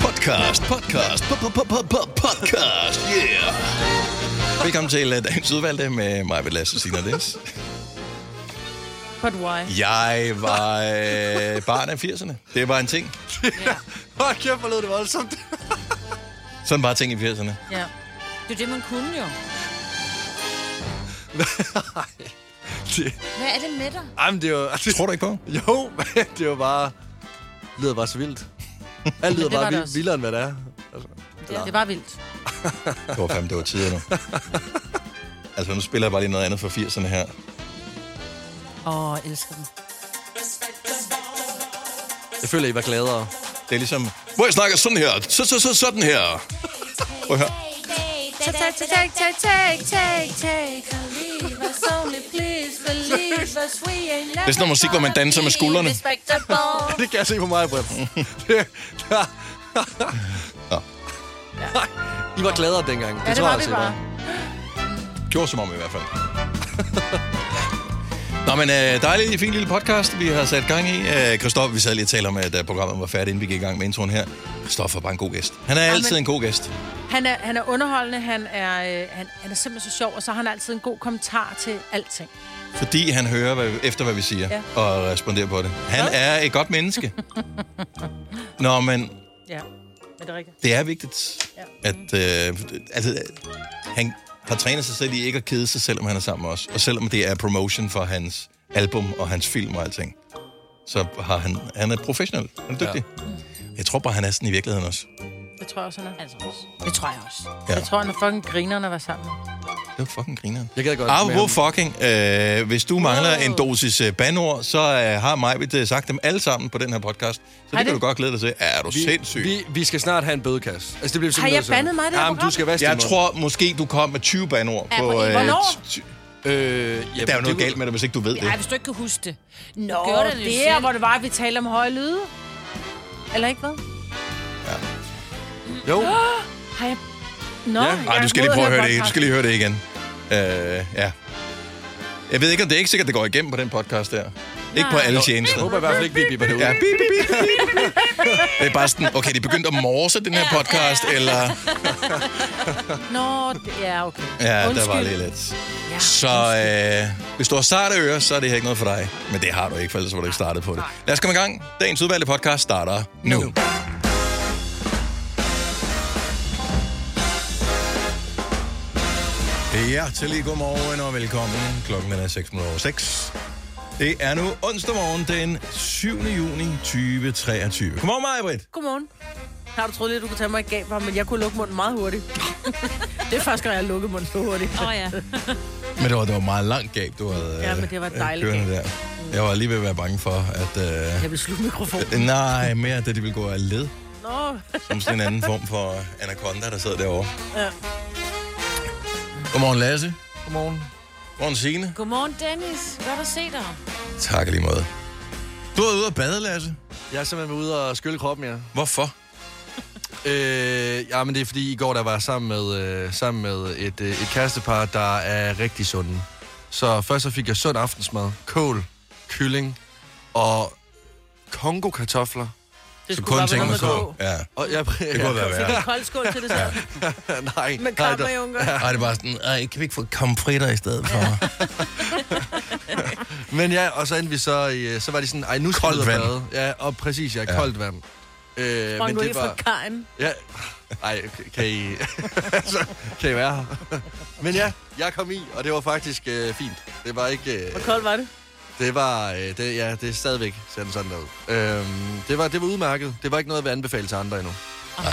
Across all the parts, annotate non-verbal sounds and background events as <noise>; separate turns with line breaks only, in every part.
podcast, podcast, po- po- po- po- po- podcast, yeah. Velkommen til øh, dagens udvalgte med mig, ved Lasse Signe og Dennis.
But why?
Jeg var øh, barn af 80'erne. Det var en ting.
Hold kæft, hvor lød det voldsomt.
Sådan var ting i 80'erne.
Ja. Det er jo det, man kunne jo.
<laughs> Det,
Hvad er det med dig?
ej, men det er jo... <laughs> Det,
Tror du ikke på?
jo, det er jo bare... Det lyder bare så vildt. Alt lyder
det var
bare
det
vild,
også.
vildere, end hvad det er. Altså,
Det, det var vildt.
Det var fandme, det var tider nu. Altså, nu spiller jeg bare lige noget andet fra 80'erne her.
Åh, oh, jeg elsker den.
jeg føler, I var gladere. <laughs>
Det er ligesom, hvor jeg snakker sådan her, så, så, så, sådan her. Prøv at høre.
Take, take, take, take, take, take, take. Believe us only, please believe us. We ain't
Det er sådan noget musik, hvor man danser med skuldrene.
Respectable.
Det kan jeg se på mig,
<laughs>
Britt. Det- der- I var gladere dengang. Det,
Ja, det
tror
var
jeg
vi
altså, I
bare.
Gjorde som om i hvert fald. Nå, men øh, dejlig, fin lille podcast, vi har sat gang i. Øh, Christoffer, vi sad lige og talte om, at øh, programmet var færdigt, inden vi gik i gang med introen her. Christoffer er bare en god gæst. Han er altid
men-
en god gæst.
Han er, han er underholdende, han er, øh, han, han er simpelthen så sjov, og så har han altid en god kommentar til alting.
Fordi han hører hvad, efter, hvad vi siger, ja.
Ja.
og responderer på det. Han er et godt menneske. Nå, men
Ja, er det rigtigt?
det er vigtigt, ja. at... Øh, altså, øh, han har trænet sig selv i ikke at kede sig, selvom han er sammen med os. Og selvom det er promotion for hans album og hans film og alting, så har han, han er professionel. Han er dygtig. Ja. Jeg tror bare, han er sådan i virkeligheden også.
Det tror jeg også, han er. Altså også. Det tror jeg også.
Ja.
Ja. Jeg tror, han er fucking grinerne var sammen.
Det var fucking grineren.
Jeg gad godt med
Apropos
ham.
fucking, øh, hvis du mangler
Wow.
en dosis øh, bandord, så øh, har Majbet øh, sagt dem alle sammen på den her podcast. Så det,
Har
kan
det?
du godt glæde dig til. Er du vi, sindssyg? Vi,
Vi, vi skal snart have en bødekasse. Altså, det bliver vi
Har jeg
simpelthen
bandet
nødt til.
mig i det her
Jamen, du
program?
skal vaske
jeg
din mund.
tror måske, du kom med 20 bandord
Ja,
på...
hvor-
Øh,
hvornår?
t- t-
Øh, ja,
der er jo noget galt med dig, hvis ikke du ved det.
Ej, hvis du ikke kan huske det.
Nå,
gjorde det jo
det er,
selv.
hvor det var, at vi talte om høje lyde. Eller ikke hvad?
Jo,
Har jeg... Nå,
Ja.
jeg
Nej, du skal lige
overhovedet
prøve at høre
hørt
det. Du
podcast.
skal lige høre det igen. Øh, ja. Jeg ved ikke, om det er ikke sikkert, det går igennem på den podcast der. Ikke på alle
<gasps>
jeg
tjenester.
håber i hvert fald ikke, vi bipper det ud.
Ja, bip, bip, bip, bip. Det er bare sådan, okay, de begyndte at morse den her podcast, eller...
Nå, det er okay.
Ja,
Undskyld.
der var lidt lidt. Så øh, hvis du har sarte ører, så er det her ikke noget for dig. Men det har du ikke, for ellers var du ikke startet på det. Lad os komme i gang. Dagens udvalgte podcast starter nu. Ja, til lige godmorgen og velkommen. Klokken er 6.06. Det er nu onsdag morgen den 7. juni 2023. Godmorgen, Majbrit.
Godmorgen. Har du troet lidt, du kunne tage mig i gab for, men jeg kunne lukke munden meget hurtigt. det er første gang, jeg lukker munden så hurtigt.
Åh oh, ja.
Men det var, det var meget langt gab, du havde
Ja,
øh,
men det var et
øh,
dejligt
kørende der. Jeg var lige ved at være bange for, at... Øh,
Jeg vil slutte
<laughs>
mikrofonen.
Nej, mere at det ville gå af led,
Nå,
som sådan en anden form for anaconda, der sidder derovre. Ja. Godmorgen, Lasse.
Godmorgen.
Godmorgen, Signe.
Godmorgen, Dennis. Godt at se dig.
Tak i lige måde. Du er ude at bade, Lasse.
Jeg er simpelthen ude og skylle kroppen, ja.
Hvorfor?
Øh, ja, men det er fordi, i går der var jeg sammen med, øh, sammen med et, øh, et kærestepar, der er rigtig sunde. Så først så fik jeg sund aftensmad, kål, kylling og kongo-kartofler.
det
Så
skulle
kun
bare
ting
være
med
noget med
kog.
gå.
Ja,
Og jeg,
det kunne
<laughs>
være værre.
En kold skål til det så.
nej,
Med
nej, der,
kammerjunker.
Ej, det er bare sådan, ej, kan vi ikke få komfritter i
<laughs>
stedet for?
Men ja, og så endte vi så, i, øh, så var de sådan, ej, nu skal
Koldt
vi ud og
vand.
bade. Ja, og præcis, ja,
Ja.
koldt vand. Øh,
Sprang du ikke fra Karen?
Ja. Ej, kan I... <laughs> altså, kan I være her? <laughs> Men ja, jeg kom i, og det var faktisk øh, fint. Det var ikke... Øh,
Hvor kold var det?
det var... Øh, det, ja, det er stadigvæk ser den sådan der ud. Øhm, det, var, det var udmærket. Det var ikke noget, jeg vil anbefale til andre endnu.
Nej.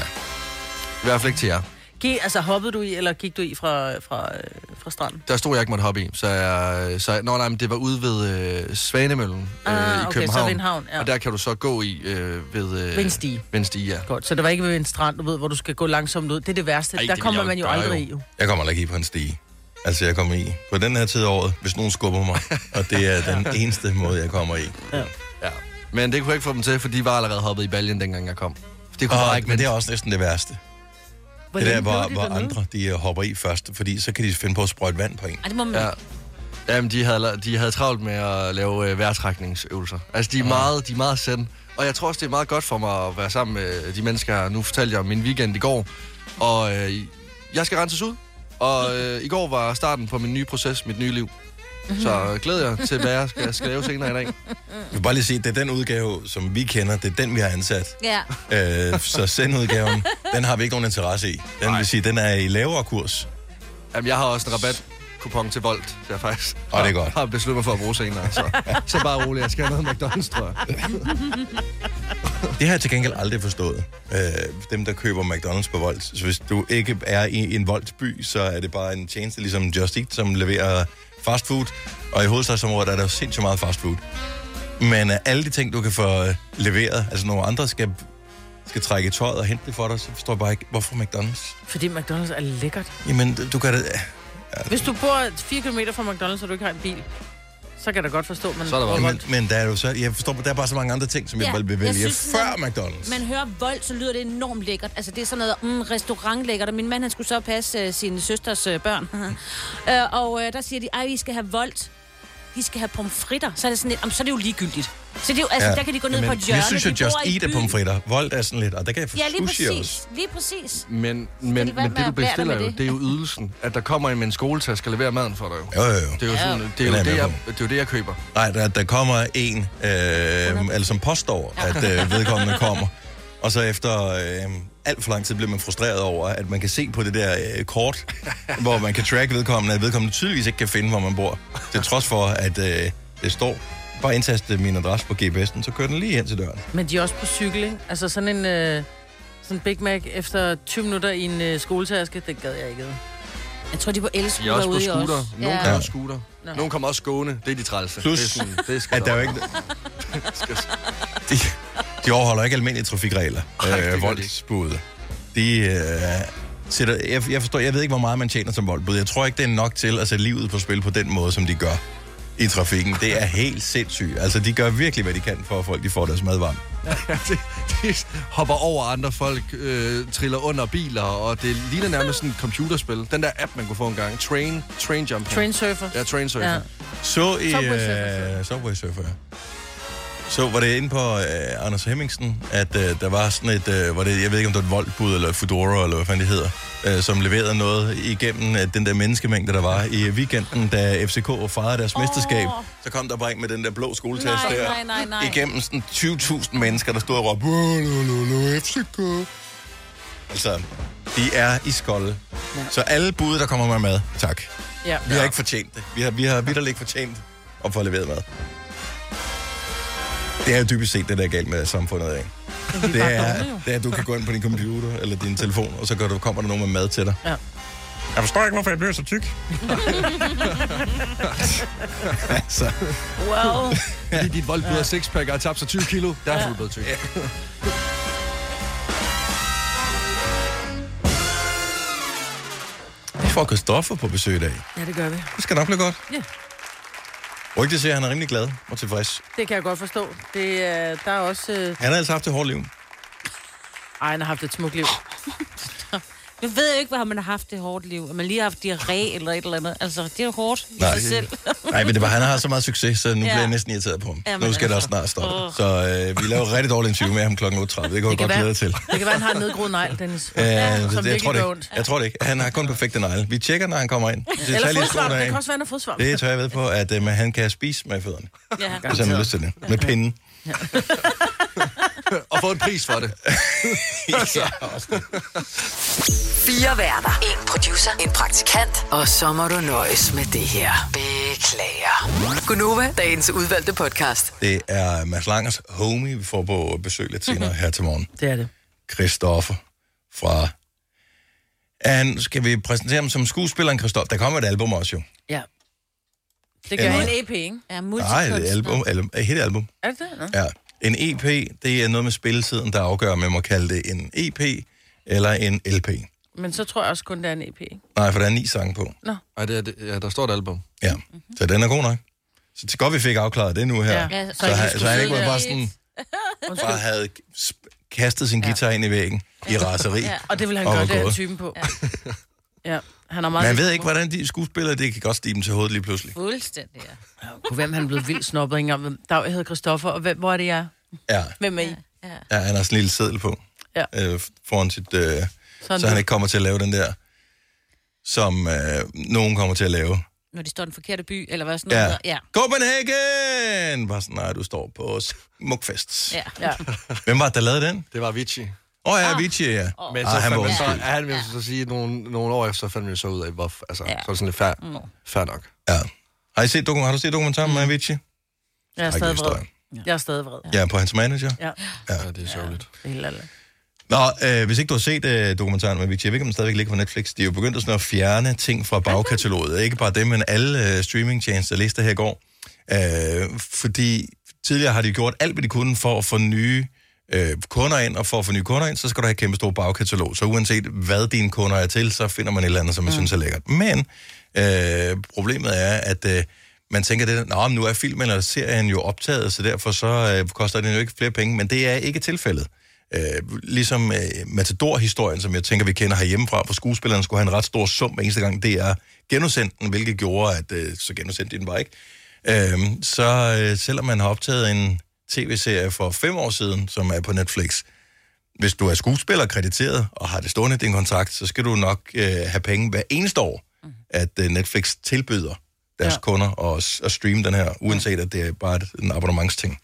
I hvert fald ikke til jer.
Gik, altså hoppede du i, eller gik du i fra, fra, øh, fra stranden?
Der stod jeg ikke måtte hoppe i, så jeg... Så jeg nå, nej, men det var ude ved øh, Svanemøllen øh, i
Ah, okay,
København.
så ved en havn, ja.
Og der kan du så gå i øh, ved... Øh,
Ved en stige.
Ved en stige, ja.
Godt, så det var ikke ved en strand, du ved, hvor du skal gå langsomt ud. Det er det værste. Ej,
Ej, det
der
vil
kommer
jeg jo
man jo
gøre,
aldrig
jo.
i, jo.
Jeg kommer heller ikke i på en stige. Altså, jeg kommer i på den her tid af året, hvis nogen skubber mig. Og det er
<laughs>
den eneste måde, jeg kommer i.
ja. Men det kunne jeg ikke få dem til, for de var allerede hoppet i baljen, dengang jeg kom. Det kunne bare
Og,
ikke
men det
vente.
er også næsten det værste.
Hvordan
Det der,
blev
hvor,
det
hvor
dernede?
andre de øh, hopper i først, fordi så kan de finde på at sprøjte vand på en.
Ej, det må man
Ja.
ja.
Jamen, de havde, la- de havde travlt med at lave øh, vejrtrækningsøvelser. Altså, de er, meget, de er meget send. Og jeg tror også, det er meget godt for mig at være sammen med de mennesker. her. Nu fortalte jeg om min weekend i går, og øh, jeg skal renses ud. Og øh, i går var starten på min nye proces, mit nye liv.
Mhm.
Så øh, glæder jeg til, hvad jeg skal, skal lave senere i dag.
Jeg vil bare lige sige, at det er den udgave, som vi kender, det er den, vi har ansat.
Ja.
Øh, så sendudgaven, den har vi ikke nogen interesse i. Den
Nej.
vil sige, den er i lavere kurs.
Jamen, jeg har også en rabat kupon til Volt, der faktisk
Åh, det er godt.
har besluttet mig for at bruge senere. Så, så bare rolig, jeg skal have noget McDonald's, tror jeg.
Det har jeg til gengæld aldrig forstået. Øh, dem, der køber McDonald's på Volt. Så hvis du ikke er i en Volt-by, så er det bare en tjeneste, ligesom Just Eat, som leverer fast food. Og i hovedstadsområdet er der jo sindssygt meget fast food. Men øh, alle de ting, du kan få øh, leveret, altså nogle andre skal, skal trække i tøjet og hente det for dig, så forstår jeg bare ikke, hvorfor McDonald's?
Fordi McDonald's er lækkert.
Jamen, du kan da...
Hvis du bor 4 km fra McDonald's, og du ikke har en bil, så kan jeg da godt forstå, at man...
Så er der bare-
Men, men der er jo så, jeg forstår, der er bare så mange andre ting, som jeg
Ja,
ja, vil
jeg
vælge
synes,
før
man-
McDonald's.
Man hører vold, så lyder det enormt lækkert. Altså, det er sådan noget mm, restaurantlækkert, og min mand, han skulle så passe øh, sin søsters øh, børn.
Mhm.
øh, og øh, der siger de, ej, I skal have vold. De skal have pomfritter. Så er det sådan lidt, "Jamen, så er det jo ligegyldigt. Så det er jo, altså, ja. der kan de gå ned på et hjørne.
Jeg synes jo,
de bor
Just
i
Eat er
byen.
pomfritter. Volt er sådan lidt, og der kan jeg få
Ja, lige
sushi
præcis.
også.
Lige præcis.
Men,
det
men,
være
men det, du
med at bære dig
bestiller
med
jo,
det?
det er jo ydelsen. At der kommer en med en skoletaske og leverer maden for dig jo.
Jo, jo, jo.
Det er jo, sådan, det er
Den
jo,
er jeg
det,
med
jeg, det, er jo det, jeg køber.
Nej, der, der kommer en, øh, altså, som påstår, at øh, vedkommende kommer. Og så efter øh, alt for lang tid bliver man frustreret over, at man kan se på det der øh, kort,
<laughs>
hvor man kan track vedkommende, at vedkommende tydeligvis ikke kan finde, hvor man bor. Til trods for, at øh, det står, bare indtaste min adresse på GPS'en, så kører den lige hen til døren.
Men de er også på cykel, ikke? Altså sådan en øh, sådan Big Mac efter 20 minutter i en øh, skoletaske, det gad jeg ikke.
Jeg tror, de er på
De er også
elskutter
på
ude i os.
scooter. Nogle
Ja.
kommer også scooter. Nogle kommer også skåne. Det er de trælse.
Plus,
det er sådan, det skal
At der er jo ikke... de, de overholder ikke almindelige trafikregler.
Nej, det gør
Øh,
de
voldsbud. De øh, sætter... Jeg, jeg, forstår, jeg ved ikke, hvor meget man tjener som voldbud. Jeg tror ikke, det er nok til at sætte livet på spil på den måde, som de gør i trafikken. Det er helt sindssygt. Altså, de gør virkelig, hvad de kan for, at folk de får deres mad varm.
de, de hopper over andre folk, øh, triller under biler, og det ligner nærmest sådan et computerspil. Den der app, man kunne få engang. Train, train jumping.
Train surfer.
Ja, train surfer. Ja.
Ja.
Så i...
Subway Surfer.
Øh, Subway Surfer, ja. Så var det inde på øh, Anders Hemmingsen, at øh, der var sådan et, øh, var det, jeg ved ikke om det var et voldbud eller Foodora, eller hvad fanden det hedder, øh, som leverede noget igennem øh, den der menneskemængde, der var i weekenden, da FCK fejrede deres oh. mesterskab. Så kom der bare en med den der blå skoletaske
Nej,
der,
nej, nej, nej.
igennem sådan 20.000 mennesker, der stod og råbte, "Åh, lo, lo, lo, FCK. Altså, de er i skolde. Så alle bud, der kommer med mad, tak.
Ja.
Vi har ikke fortjent det. Vi har, vi har vidderligt ikke fortjent at få leveret mad. Det er jo dybest set det, der er galt med samfundet, ikke? Det er, det er, at du kan gå ind på din computer eller din telefon, og så går du, kommer der nogen med mad til dig.
Ja.
Jeg forstår ikke, hvorfor jeg bliver så tyk. altså, <laughs>
Wow.
Fordi dit voldbud og sixpack og har tabt sig 20 kilo. Der er du blevet tyk.
vi får Christoffer på besøg i dag.
Ja, det gør vi.
Det skal nok blive godt.
Ja.
Rygtet siger, at han er rimelig glad og tilfreds.
Det kan jeg godt forstå. Det, er, der er også... Øh,
Han har altså haft et hårdt liv.
ej, han har haft et smukt liv.
Nu ved jeg jo ikke, hvad man har haft det hårdt liv. Om man lige har haft diarré eller et eller andet. Altså, det er jo hårdt i
Nej.
sig selv.
Nej, men det var, han har så meget succes, så nu ja. bliver jeg
Ja.
næsten irriteret på ham. Ja,
Jamen,
nu skal der
altså.
snart stoppe. Oh. Så øh, vi laver rigtig dårligt interview med ham kl. 8.30. Det kan jeg godt glæde jer til.
det kan være, han har en nedgroet negl, Dennis.
Øh,
som
det, jeg,
virkelig
tror det
gør
ikke.
ondt.
jeg tror det ikke. Han har kun perfekte negle. Vi tjekker, når han kommer ind. Så
Eller
tager lige
fodsvamp.
skoene
Det
af.
kan også være, han har fodsvamp.
Det tør jeg ved på, at øh, men han kan spise med fødderne,
Ja.
hvis han har lyst til det. Med pinden.
Og få en pris for det.
Fire værter. En producer. En praktikant. Og så må du nøjes med det her. Beklager. Gunova, dagens udvalgte podcast.
Det er Mads Langers homie, vi får på besøg lidt senere her til morgen.
Det er det.
Christoffer fra... Han, skal vi præsentere ham som skuespilleren Christoffer? Der kommer et album også jo.
Ja. Det
Eller-
gør
E
en EP, ikke?
Ja,
Nej, et
multikunstner.
album, album, et helt album.
Er det det? Nå.
Ja. En EP, det er noget med spilletiden, der afgør, om jeg må kalde det en EP eller en LP.
Men så tror jeg også kun, det er en EP, ikke?
Nej, for der er ni sange på.
Ej, det er, det, ja, der står et album.
Ja, så den er god nok. Så det er godt, vi fik afklaret det nu her.
Mhm. Ja.
Ja.
Ja,
Så, han- så han ikke var
sidde
bare sådan, bare havde sp- kastet sin guitar ind i væggen i raseri.
Og det vil han
Og
gøre,
var
det er han
gået.
typen på. <laughs> Ja. ja. Han er meget
Man ved ikke, hvordan de skuespillere, det kan godt stige dem til hovedet lige pludselig.
Fuldstændig, ja.
Gud, hvem han er blevet vildt snobbet, ikke engang. hvem- Dag, jeg hedder Christoffer, og hvem, hvor er det, jeg er?
Ja,
Hvem er I?
ja han har sådan en lille seddel på.
Ja.
Øh, foran sit, øh, så
du.
han ikke kommer til at lave den der, som øh, nogen kommer til at lave.
Når de står i den forkerte by, eller hvad sådan
Ja.
noget. Ja.
Copenhagen! Bare sådan, nej, du står på Mugfest.
Ja. Ah.
Ja.
Hvem var det, der lavede den?
Det var Vici.
Åh oh, ja, Avicii, ja. Oh.
Men så,
Ej,
Ej,
han
han,
var
så
undskyld.
han vil ja. så sige, nogle, nogle år efter, fandt man så ud af, hvor, altså, ja. så er det sådan lidt fair, mm. fair nok.
ja. Har, I set dokumentar? har du set dokumentaren
Mm.
med Avicii?
Jeg er
Ej,
stadig
det er
vred.
støj.
Jeg er stadig vred.
Ja, på hans manager.
Ja.
Ja, det er sørgeligt.
Det er helt ærligt.
Nå, øh, hvis ikke du har set øh, dokumentaren med Avicii, jeg ved ikke, om den stadigvæk ligger på Netflix. De er jo begyndt at, sådan at fjerne ting fra bagkataloget. Ikke bare det, men alle øh, streamingtjenester. Jeg læste det her i går. Øh, fordi tidligere har de gjort alt, hvad de kunne for at få nye øh, kunder ind, og for at få nye kunder ind, så skal du have et kæmpe stort bagkatalog. Så uanset hvad dine kunder er til, så finder man et eller andet, som man mm. synes er lækkert. Men øh, problemet er, at øh, man tænker, det, Nå, men nu er filmen eller serien jo optaget, så derfor så øh, koster den jo ikke flere penge, men det er ikke tilfældet. Øh, ligesom øh, Matador-historien, som jeg tænker, vi kender herhjemmefra, hvor skuespilleren skulle have en ret stor sum hver eneste gang, det er genudsendten, hvilket gjorde, at øh, så genudsendte de den bare ikke. Øhm, så øh, selvom man har optaget en tv-serie for fem år siden, som er på Netflix, hvis du er skuespiller krediteret og har det stående i din kontrakt, så skal du nok øh, have penge hver eneste år,
Mhm.
at øh, Netflix tilbyder deres ja. kunder at, s- at streame den her, uanset at det er bare et- en abonnementsting.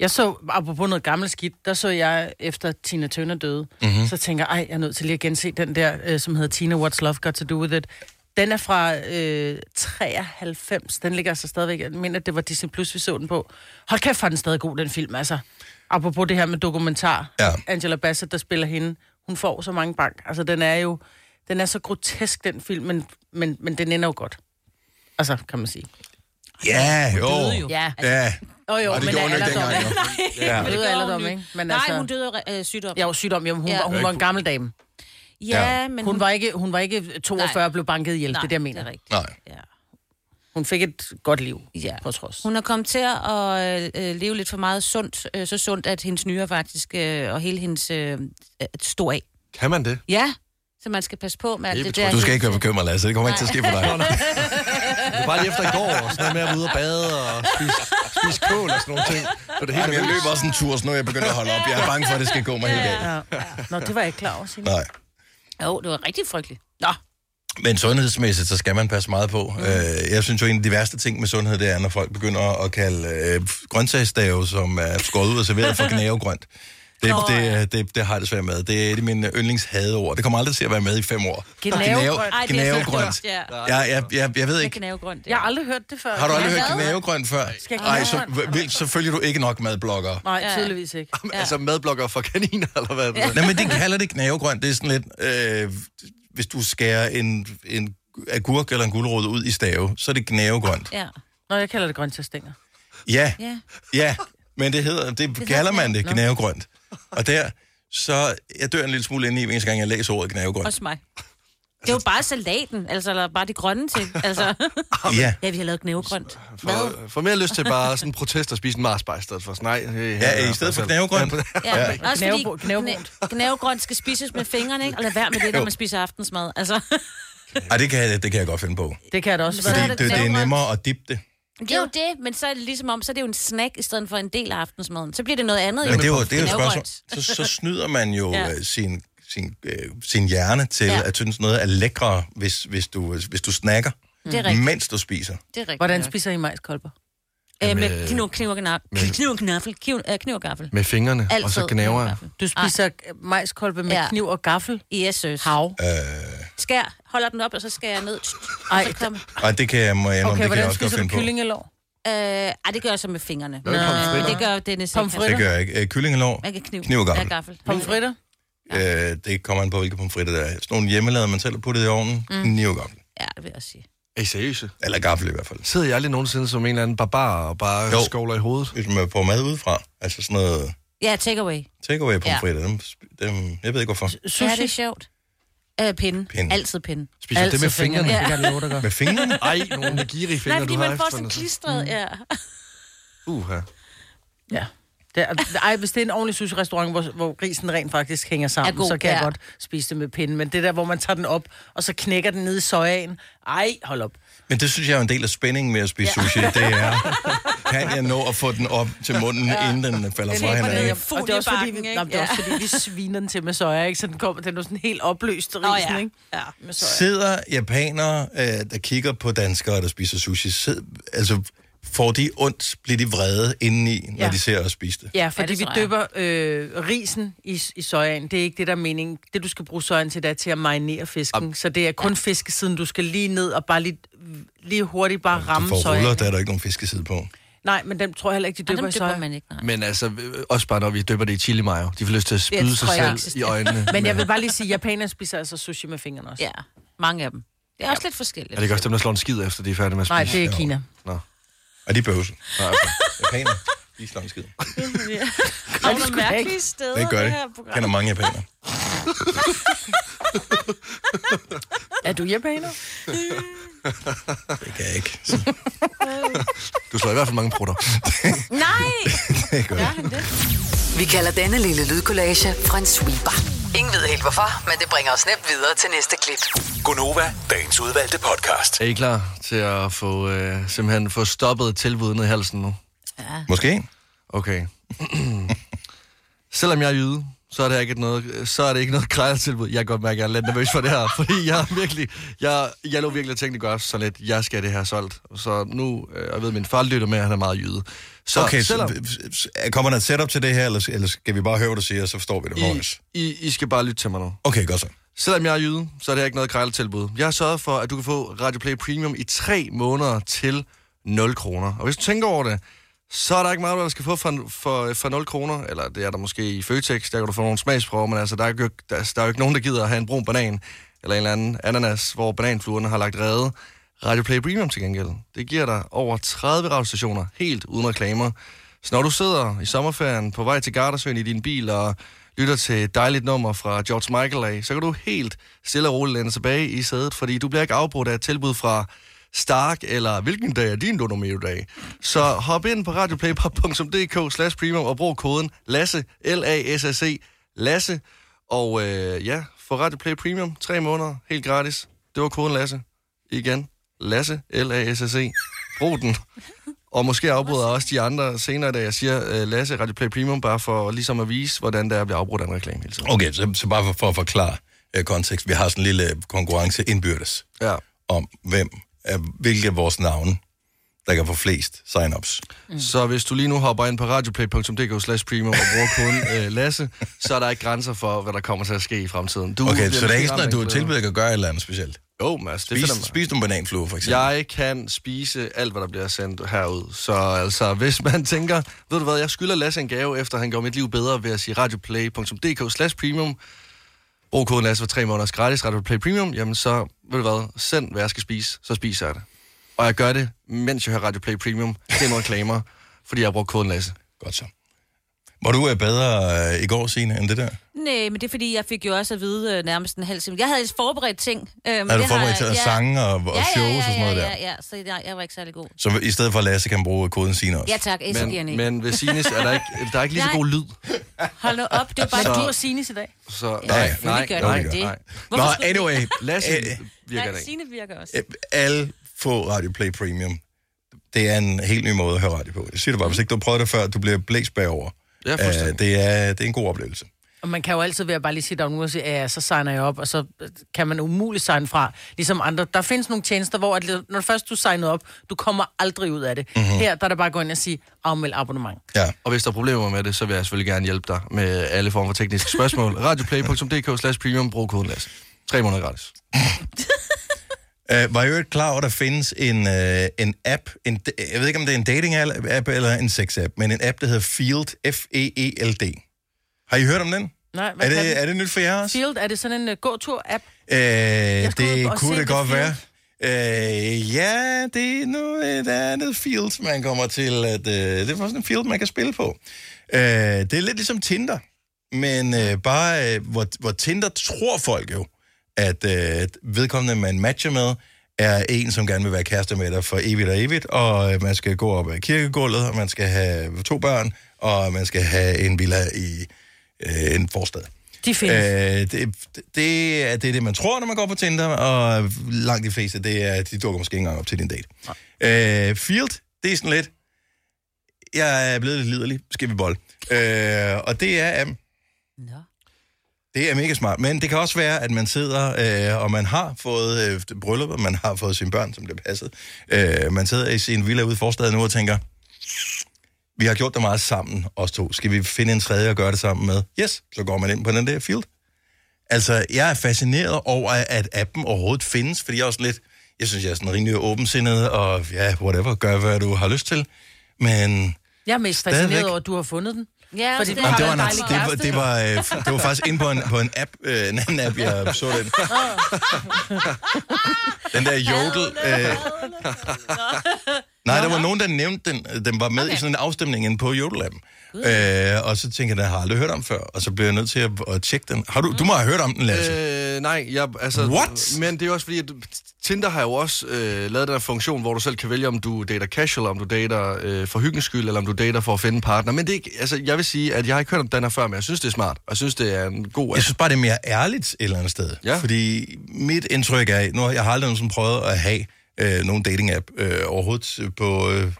Jeg så, apropos noget gammelt skidt, der så jeg efter Tina Turner døde,
Mhm.
mm-hmm. så tænker jeg, ej, jeg er nødt til lige at gense den der, øh, som hedder Tina What's Love Got To Do With It. Den er fra øh, 93, den ligger altså stadigvæk, jeg mener, det var Disney Plus, vi så den på. Hold kæft, var den stadig god, den film, altså. Apropos det her med dokumentar,
Ja.
Angela Bassett, der spiller hende, hun får så mange bank. Altså, den er jo, den er så grotesk, den film, men, men, men den ender jo godt. Altså, kan man sige.
Ja, jo.
døde jo.
Ja.
Ja.
ja.
Åh jo,
Og det
men
gjorde hun
er
ikke dengang,
alderdom.
jo.
<laughs> Ja. Det er alderdom, ikke? Men
Nej, hun døde af øh, sygdom.
Jeg var sygdom, jamen, hun,
Ja.
ja. var, hun var en gammel dame.
ja men
Hun var ikke, hun var ikke 42
Nej.
og blev banket ihjel,
Nej,
det der mener.
Det er
Det
rigtigt.
Nej.
Ja.
hun fik et godt liv,
Ja.
ja. på trods.
Hun er kommet til at øh, leve lidt for meget sundt. Øh, så sundt, at hendes nyre faktisk øh, og hele hendes øh, øh, stod af.
Kan man det?
Ja, så man skal passe på med alt
Det
det
betror-
der.
Du skal ikke være bekymret, Lasse. Det kommer ikke til at ske for dig.
Det er bare lige efter i går, og sådan noget med at være ude og bade og spise, spise kål og sådan nogle ting. Så det
Jamen,
hele
jeg løber også en tur, så nu er jeg begyndt at holde op. Jeg er bange for, at det skal gå mig helt galt.
Nå, det var jeg ikke klar over, Signe.
Nej.
Jo, det var rigtig frygteligt. Nå,
Men sundhedsmæssigt, så skal man passe meget på. Mm. Øh, jeg synes jo, en af de værste ting med sundhed, det er, når folk begynder at kalde øh, grøntsagsstave, som er skåret ud og serveret for
<laughs>
gnavegrønt. Det, oh, det, det, det har jeg desværre med. Det er et af mine yndlingshadeord. Det kommer aldrig til at være med i fem år.
Gnavegrønt.
Ej, det er så
Gnavegrønt.
dumt, ja.
Jeg, jeg, jeg, jeg ved ikke.
gnavegrønt.
Jeg har aldrig hørt det før.
Har du aldrig
Ja.
hørt gnavegrønt før?
Skal jeg
Nej, så,
gnavegrønt?
vil, så følger du ikke nok madblogger.
Nej, tydeligvis ikke.
Ja. Altså madblokker for kaniner, eller hvad? Ja.
Nej, men de kalder det gnavegrønt. Det er sådan lidt, øh, hvis du skærer en, en agurk eller en gulerod ud i stave, så er det gnavegrønt.
Ja.
Nå, jeg kalder det grøntsagsstænger.
Ja,
Ja.
ja, men det hedder, det, det kalder man det, gnavegrønt. Og der, så jeg dør en lille smule indeni, hver eneste gang jeg læser ordet gnavegrønt.
Også mig. Det er jo bare salaten, altså, eller bare de grønne ting. <laughs> Altså.
Ja,
ja, vi har lavet knævegrønt.
For, øh, for mere lyst til bare sådan en protest og spise en marsbar i stedet for. Så Nej, øh, altså- hey,
ja i stedet for gnavegrønt.
Ja. ja. Også fordi
Gnavebo- gnavebrunt.
gne- gnavegrønt skal spises med fingrene, ikke? Og lad være med det, når man spiser aftensmad. Altså.
Ej, det kan, jeg, det kan jeg godt finde på.
Det kan jeg da også.
Så er
Fordi
det
det, det er
gnavegrønt.
nemmere at dippe det.
Det er jo det, men så er det ligesom om, så er det jo en snack i stedet for en del af aftensmaden. Så bliver det noget andet.
Men det er jo, det er jo et spørgsmål.
Gnavegrønt.
Så, så snyder man jo
Ja.
ja. sin, sin, øh, sin hjerne til
Ja.
ja. at synes noget er lækre, hvis, hvis, du, hvis du snakker,
Det er rigtigt.
mens du spiser.
Det er rigtigt.
Hvordan spiser I majskolber?
Æ, Øh, med kniv, kniv og gaffel. Kniv og gaffel. Kniv, øh, kniv og gaffel.
<laughs> Med fingrene,
Altid.
og så gnaver jeg.
Du spiser Ej. majskolber med
Ja.
ja. kniv og gaffel.
Yes, søs.
Hav.
Øh,
Skær, holder den op, og så skærer jeg ned.
Ej,
Så kommer.
Og det kan jeg, må jeg, okay,
okay,
det kan jeg
hvordan
også godt
spiser du
finde på.
kyllingelår?
Øh, ej, det gør jeg så med fingrene.
Hvad er pommes
Men
Øh,
frites?
det gør Dennis
Pomfritter.
ikke.
Det gør jeg ikke. Øh, kyllingelår,
Man kan kniv.
kniv og gaffel.
Ja, gaffel.
Pomfritter?
Øh, det kommer an på, hvilke pomfritter der er. Sådan nogle hjemmelavede, man selv har puttet i ovnen. Mm. Kniv og gaffel.
Ja, det vil jeg også sige.
Er I seriøse?
Eller gaffel i hvert fald.
Sidder jeg aldrig nogensinde som en eller anden barbar og bare
Jo.
jo. skovler i hovedet?
Hvis man får mad udefra, altså sådan noget
Ja, takeaway.
takeaway pomfritter, ja. dem, sp- dem, jeg ved ikke hvorfor.
Ja, det er sjovt. Øh, pinde.
Pinde.
Altid pinde.
Spiser Altid det med fingrene?
Ja. Det kan jeg love, der gør.
Med fingrene?
Ej, nogle
Nej,
nigiri-fingre,
fordi
du har
man får sådan
efterhånden.
klistret, ja.
Uh, ja.
Ja. Det er, ej, hvis det er en ordentlig sushi-restaurant, hvor, hvor grisen rent faktisk hænger sammen,
Er god,
så kan jeg
ja.
godt spise det med pinden. Men det der, hvor man tager den op, og så knækker den ned i sojaen. Ej, hold op.
Men det synes jeg er en del af spændingen med at spise sushi. Det er, kan jeg nå at få den op til munden, inden den falder fra
ned i
hinanden?
fugl
og det er, også
i
fordi, vi,
bakken, ikke?
nej, det er også fordi, vi sviner den til med soja, ikke? Så den, kommer, den er jo sådan helt opløst, risen,
ja.
ikke?
Ja, med soja.
Sidder japanere, øh, der kigger på danskere, der spiser sushi, sid, altså, får de ondt, bliver de vrede indeni, når
Ja.
de ser os spise det?
Ja, fordi
det
vi
tror jeg.
døber øh, risen i, i sojaen. Det er ikke det, der er meningen. Det, du skal bruge sojaen til, det er til at marinere fisken. Så det er kun fiskesiden, du skal lige ned og bare lige, lige hurtigt bare ramme
For ruller,
sojaen.
der er der ikke nogen fiskeside på.
Nej, men dem tror jeg heller ikke, de
Dem
døber i soja.
døber man ikke, nej.
Men altså, øh, også bare når vi døber det i chili mayo. De får lyst til at spyde
det
sig
tror jeg
selv
ikke
i
<laughs>
øjnene.
Men jeg vil bare lige sige, at japanere spiser altså sushi med fingrene også.
Ja, mange af dem. Det er også lidt forskelligt.
Er det ikke også dem, der slår en skid efter, de er færdige med at spise?
Nej, det er Kina.
Nå.
Og de er <laughs> bøvse. Nej, okay. Japanere, de er slangskid.
Og det skulle mærkelige steder,
Det gør det.
her
Jeg
program.
kender mange japanere.
<laughs> Er du japaner?
Det kan jeg
<laughs>
ikke. Så
Du slår i hvert fald mange prutter.
Nej!
<laughs> det gør jeg.
Gør han det?
Vi kalder denne lille lydkollage en sweeper. Ingen ved helt hvorfor, men det bringer os nemt videre til næste klip.
Gunova, dagens udvalgte podcast.
<laughs> Er I klar til at få, øh, simpelthen få stoppet tilbuddet ned i halsen nu?
Måske.
Okay. <clears throat> Selvom jeg er jyde, så er det ikke noget, så er det ikke noget krejertilbud. Jeg kan godt mærke, at jeg er lidt nervøs for det her, fordi jeg er virkelig, jeg, jeg lå virkelig og tænkte i går aftes sådan lidt, jeg skal have det her solgt. Så nu, øh, jeg ved, at min far lytter med, at han er meget jyde. Så
Okay,
selvom...
så, så kommer der et setup til det her, eller, eller skal vi bare høre, hvad du siger, og så forstår vi det
I,
morgens?
I, I skal bare lytte til mig nu.
Okay, godt så.
Selvom jeg er jyde, så er det her ikke noget krejletilbud. Jeg har sørget for, at du kan få Radio Play Premium i tre måneder til 0 kroner. Og hvis du tænker over det, så er der ikke meget, hvad du skal få for, for, for 0 kroner. Eller det er der måske i Føtex, der kan du få nogle smagsprøver, men altså, der er, jo, ikke- der, er- der er jo ikke nogen, der gider at have en brun banan eller en eller anden ananas, hvor bananfluerne har lagt rede. Radio Play Premium til gengæld. Det giver dig over 30 radiostationer, helt uden reklamer. Så når du sidder i sommerferien på vej til Gardasøen i din bil og lytter til et dejligt nummer fra George Michael af, så kan du helt stille og roligt lande tilbage i sædet, fordi du bliver ikke afbrudt af et tilbud fra Stark, eller hvilken dag er din Donomero-dag? Så hop ind på radioplay.dk slash premium og brug koden LASSE, L-A-S-S-E, E, LASSE, og øh, ja, få Radioplay Premium, tre måneder, helt gratis. Det var koden LASSE. Igen, LASSE, L-A-S-S-E. E. Brug den. Og måske afbryder jeg også de andre senere, da jeg siger øh, Lasse Radio Play Premium, bare for ligesom at vise, hvordan det er at blive afbrudt af en reklame hele tiden.
Okay, så, så bare for, for at forklare øh, kontekst. Vi har sådan en lille konkurrence indbyrdes
Ja.
om, hvem er, hvilke af vores navne, der kan få flest sign-ups.
Så hvis du lige nu hopper ind på radioplay.dk slash premium og bruger koden øh, Lasse, så er der ikke grænser for, hvad der kommer til at ske i fremtiden. Du
Okay, så
bliver
det er
måske
ikke sådan,
ramt
at du
af
er
en
tilbudt, at kan gøre et eller andet specielt.
bedre- Jo, Mads, det
Spis,
finder man.
spis nogle bananfluer, for eksempel.
Jeg kan spise alt, hvad der bliver sendt herud. Så altså, hvis man tænker, ved du hvad, jeg skylder Lasse en gave, efter han gjorde mit liv bedre ved at sige radioplay.dk slash premium. Brug koden Lasse for tre måneders gratis radioplay premium. Jamen så, ved du hvad, send hvad jeg skal spise, så spiser jeg det. Og jeg gør det, mens jeg hører radioplay premium. Det er nogle reklamer, fordi jeg har brugt koden Lasse.
Godt så. Var du øh, bedre øh, i går, Signe, end det der?
Nej, men det er fordi, jeg fik jo også at vide øh, nærmest en halv time. Jeg havde forberedt ting. Øh,
Er du forberedt til at sange og, og shows og sådan noget
ja,
der?
Ja, ja, så jeg, jeg var ikke særlig god.
Så i stedet for at Lasse kan bruge øh, koden Signe også?
Ja tak, Esa giver
Men,
ikke.
men ved Sines er der ikke, der er ikke lige så god lyd.
Hold nu op, det er bare så...
Så-
Du og Sines i dag.
Så,
nej,
nej, gør nej, det.
nej.
Nå,
Hvorfor skulle det-
anyway.
Lasse
øh,
virker det
Nej,
ikke.
Signe virker også.
Øh, alle få Radio Play Premium. Det er en helt ny måde at høre radio på. Jeg siger det bare, hvis ikke du har prøvet det før, du bliver blæst bagover.
Mm. Ja, fuldstændig.
Øh, det, er, det er en god oplevelse.
Og man kan jo altid være bare lige sige, der er nogen, der siger, ja, ja, så signer jeg op, og så øh, kan man umuligt signe fra, ligesom andre. Der findes nogle tjenester, hvor at, når først du signer op, du kommer aldrig ud af det.
Mhm.
Mm-hmm. Her, der er der bare at gå ind og sige, afmeld abonnement.
Ja.
Og hvis der er problemer med det, så vil jeg selvfølgelig gerne hjælpe dig med alle former for tekniske <laughs> spørgsmål. Radioplay.dk slash premium. Brug koden Lasse. Tre måneder gratis.
Øh, var I øvrigt klar over, at der findes en, øh, en app, en, da- jeg ved ikke, om det er en dating-app eller en sex-app, men en app, der hedder Field, E F-E-E-L-D. Har I hørt om den?
Nej, hvad
Er
kan den?
det, er det nyt for jer også?
Field, er det sådan en uh, gåtur-app?
Øh,
skal ud
det
og
kunne
se
det
The
godt
Field.
være. Øh, ja, det er nu et andet field, man kommer til. At, øh, det er faktisk en field, man kan spille på. Øh, det er lidt ligesom Tinder, men øh, bare øh, hvor, hvor Tinder tror folk jo, at øh, vedkommende, man matcher med, er en, som gerne vil være kærester med dig for evigt og evigt, og øh, man skal gå op ad kirkegulvet, og man skal have to børn, og man skal have en villa i øh, en forstad.
De findes.
Øh, det, det, er, det er det, man tror, når man går på Tinder, og langt de fleste, det er, de dukker måske ikke engang op til din date. Øh, field, det er sådan lidt, jeg er blevet lidt liderlig, skal vi bold. Øh, og det er, um,
Nå.
det er mega smart, men det kan også være, at man sidder, øh, og man har fået øh, bryllup, og man har fået sine børn, som bliver passet. Øh, man sidder i sin villa ude i forstaden nu og tænker, vi har gjort det meget sammen, os to. Skal vi finde en tredje og gøre det sammen med? Yes, så går man ind på den der field. Altså, jeg er fascineret over, at appen overhovedet findes, fordi jeg er sådan lidt, jeg synes, jeg er sådan rimelig åbensindet, og ja, whatever, gør hvad du har lyst til. Men
Jeg er mest
Stadigvæk.
fascineret over, at du har fundet den.
Ja, fordi
Fordi det
det
Nå,
har
det, var
været
en,
en
art-
dejlig
det, var, det, var, øh, det var faktisk inde på en, på en app, øh, en anden app, jeg så
<laughs>
den. Den der jodel. Øh, nej, der var nogen, der nævnte den. Øh, Den var med okay. i sådan en afstemning inde på jodel-appen. Øh, og så tænkte jeg, den har jeg aldrig hørt om før, og så blev jeg nødt til at, at tjekke den. Har du, du må have hørt om den, Lasse.
Mm. Øh, nej, jeg, altså...
What?
Men det er jo også fordi, at Tinder har jo også øh, lavet den her funktion, hvor du selv kan vælge, om du dater casual, om du dater øh, for hyggens skyld, eller om du dater for at finde en partner. Men det er ikke, altså, jeg vil sige, at jeg har ikke hørt om den her før, men jeg synes, det er smart, og jeg synes, det er en god
Jeg
app.
synes bare, det er mere ærligt et eller andet sted.
Ja.
Fordi mit indtryk er, nu har jeg har aldrig nogensinde prøvet at have øh, nogen dating-app øh, overhovedet øh, på, øh,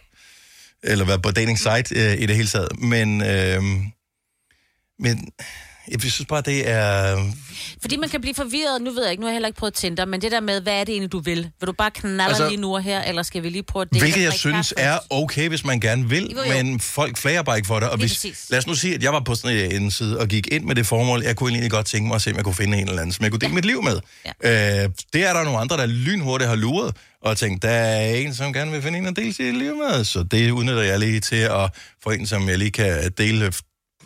eller været på dating-site øh, i det hele taget. Men, øh, men jeg synes bare, det er...
Fordi man kan blive forvirret, nu ved jeg ikke, nu har jeg heller ikke prøvet Tinder, men det der med, hvad er det egentlig, du vil? Vil du bare knalde
Altså-
altså, lige nu og her, eller skal vi lige prøve at dele?
Hvilket
og
jeg
drikke
synes
kaffe
er altså
først?
okay, hvis man gerne vil,
Jo,
jo,
jo.
jo. men folk flager bare ikke for det. Og
Lige
hvis,
præcis.
lad os nu sige, at jeg var på sådan en side og gik ind med det formål, jeg kunne egentlig godt tænke mig at se, om jeg kunne finde en eller anden, som jeg kunne dele ja. mit liv med. Ja. Øh, det er der nogle andre, der lynhurtigt har luret og tænkt, der er en, som gerne vil finde en at dele sit liv med, så det udnytter jeg lige til at få en, som jeg lige kan dele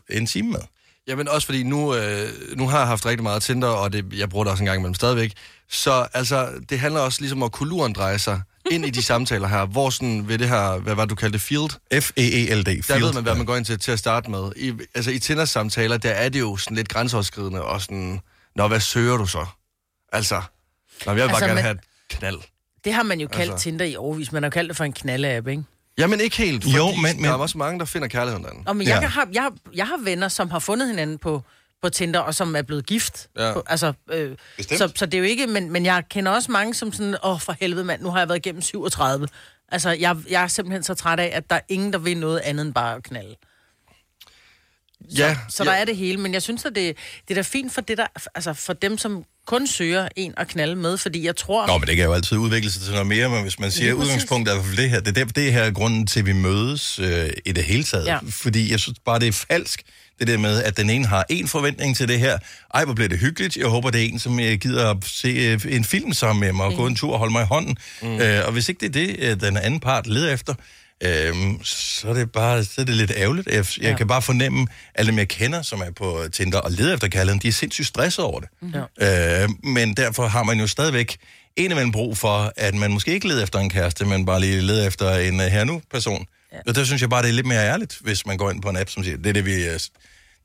en time med.
Jamen også fordi nu, øh, nu har jeg haft rigtig meget Tinder, og det, jeg bruger det også en gang imellem stadigvæk. Så altså, det handler også ligesom om, at kuluren drejer sig ind i de samtaler her. Hvor sådan ved det her, hvad var det, du kaldte det, field?
E F-E-E-L-D.
Der ved
field.
man, hvad man går ind til, til at starte med. I, altså i Tinder-samtaler, der er det jo sådan lidt grænseoverskridende og sådan, nå, hvad søger du så? Altså, nå, jeg vil altså,
Altså,
bare gerne
men-
have et knald.
Det har man jo kaldt
Altså.
altså. Tinder i overvis. Man har jo kaldt det for en knalde-app, ikke?
Jamen ikke helt, fordi
Jo,
jo,
men-
men,
men-
der er også mange, der finder kærligheden derinde.
Og men
Ja.
jeg, ja. har, jeg, har- jeg har venner, som har fundet hinanden på, på Tinder, og som er blevet gift.
Ja.
På, altså, øh,
Bestemt.
så, så det er jo ikke... Men, men jeg kender også mange, som sådan... Åh, for helvede mand, nu har jeg været igennem 37. Altså, jeg, jeg er simpelthen så træt af, at der er ingen, der vil noget andet end bare at knalde.
Ja,
Så
ja.
der er det hele, men jeg synes, at det, det er da fint for, det der, altså for dem, som kun søger en at knalde med, fordi jeg tror...
Nå, men det kan jo altid udvikle sig til noget mere, men hvis man siger, at
præcis.
udgangspunktet er for det her, det er der, det her er grunden til, at vi mødes øh, i det hele taget. Ja.
Ja.
Fordi jeg synes bare, det er falsk, det der med, at den ene har en forventning til det her. Ej, hvor bliver det hyggeligt. Jeg håber, det er en, som øh, gider at se øh, en film sammen med mig og gå en tur og holde mig i hånden. Mm. Øh, og hvis ikke det er det, øh, den anden part leder efter, øh, så er det bare så er det lidt ærgerligt. Jeg, jeg ja. kan bare fornemme, alle dem, jeg kender, som er på Tinder og leder efter kærligheden, de er sindssygt stresset over det. Ja. Øh, men derfor har man jo stadigvæk indimellem brug for, at man måske ikke leder efter en kæreste, men bare lige leder efter en uh, her-nu-person. Ja. Og der synes jeg bare, det er lidt mere ærligt, hvis man går ind på en app, som siger, det er det, vi, øh, det,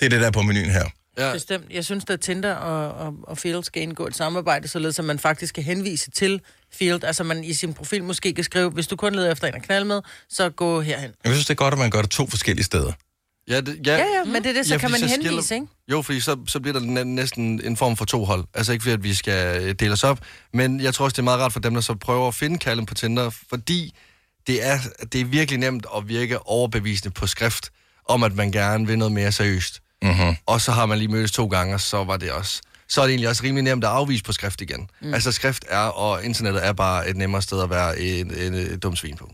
er det der er på menuen her.
ja.
Bestemt. Jeg synes, at Tinder og, og, og Field skal indgå et samarbejde, således at man faktisk kan henvise til Field. Altså man i sin profil måske kan skrive, hvis du kun leder efter en at knalde med, så gå herhen.
Jeg synes, det er godt, at man gør det to forskellige steder.
Ja, det, ja.
Ja, ja, men det er det, så kan
fordi
man henvise, ikke?
Jo, fordi så, så bliver der næ- næsten en form for to hold. Altså ikke fordi, at vi skal øh, dele os op, men jeg tror også, det er meget rart for dem, der så prøver at finde kalden på Tinder, fordi det er, det er virkelig nemt at virke overbevisende på skrift, om at man gerne vil noget mere seriøst.
Mhm.
Mm-hmm. Og så har man lige mødtes to gange, og så var det også. Så er det egentlig også rimelig nemt at afvise på skrift igen. Mm. Altså skrift er, og internettet er bare et nemmere sted at være en, en, en dum svin på.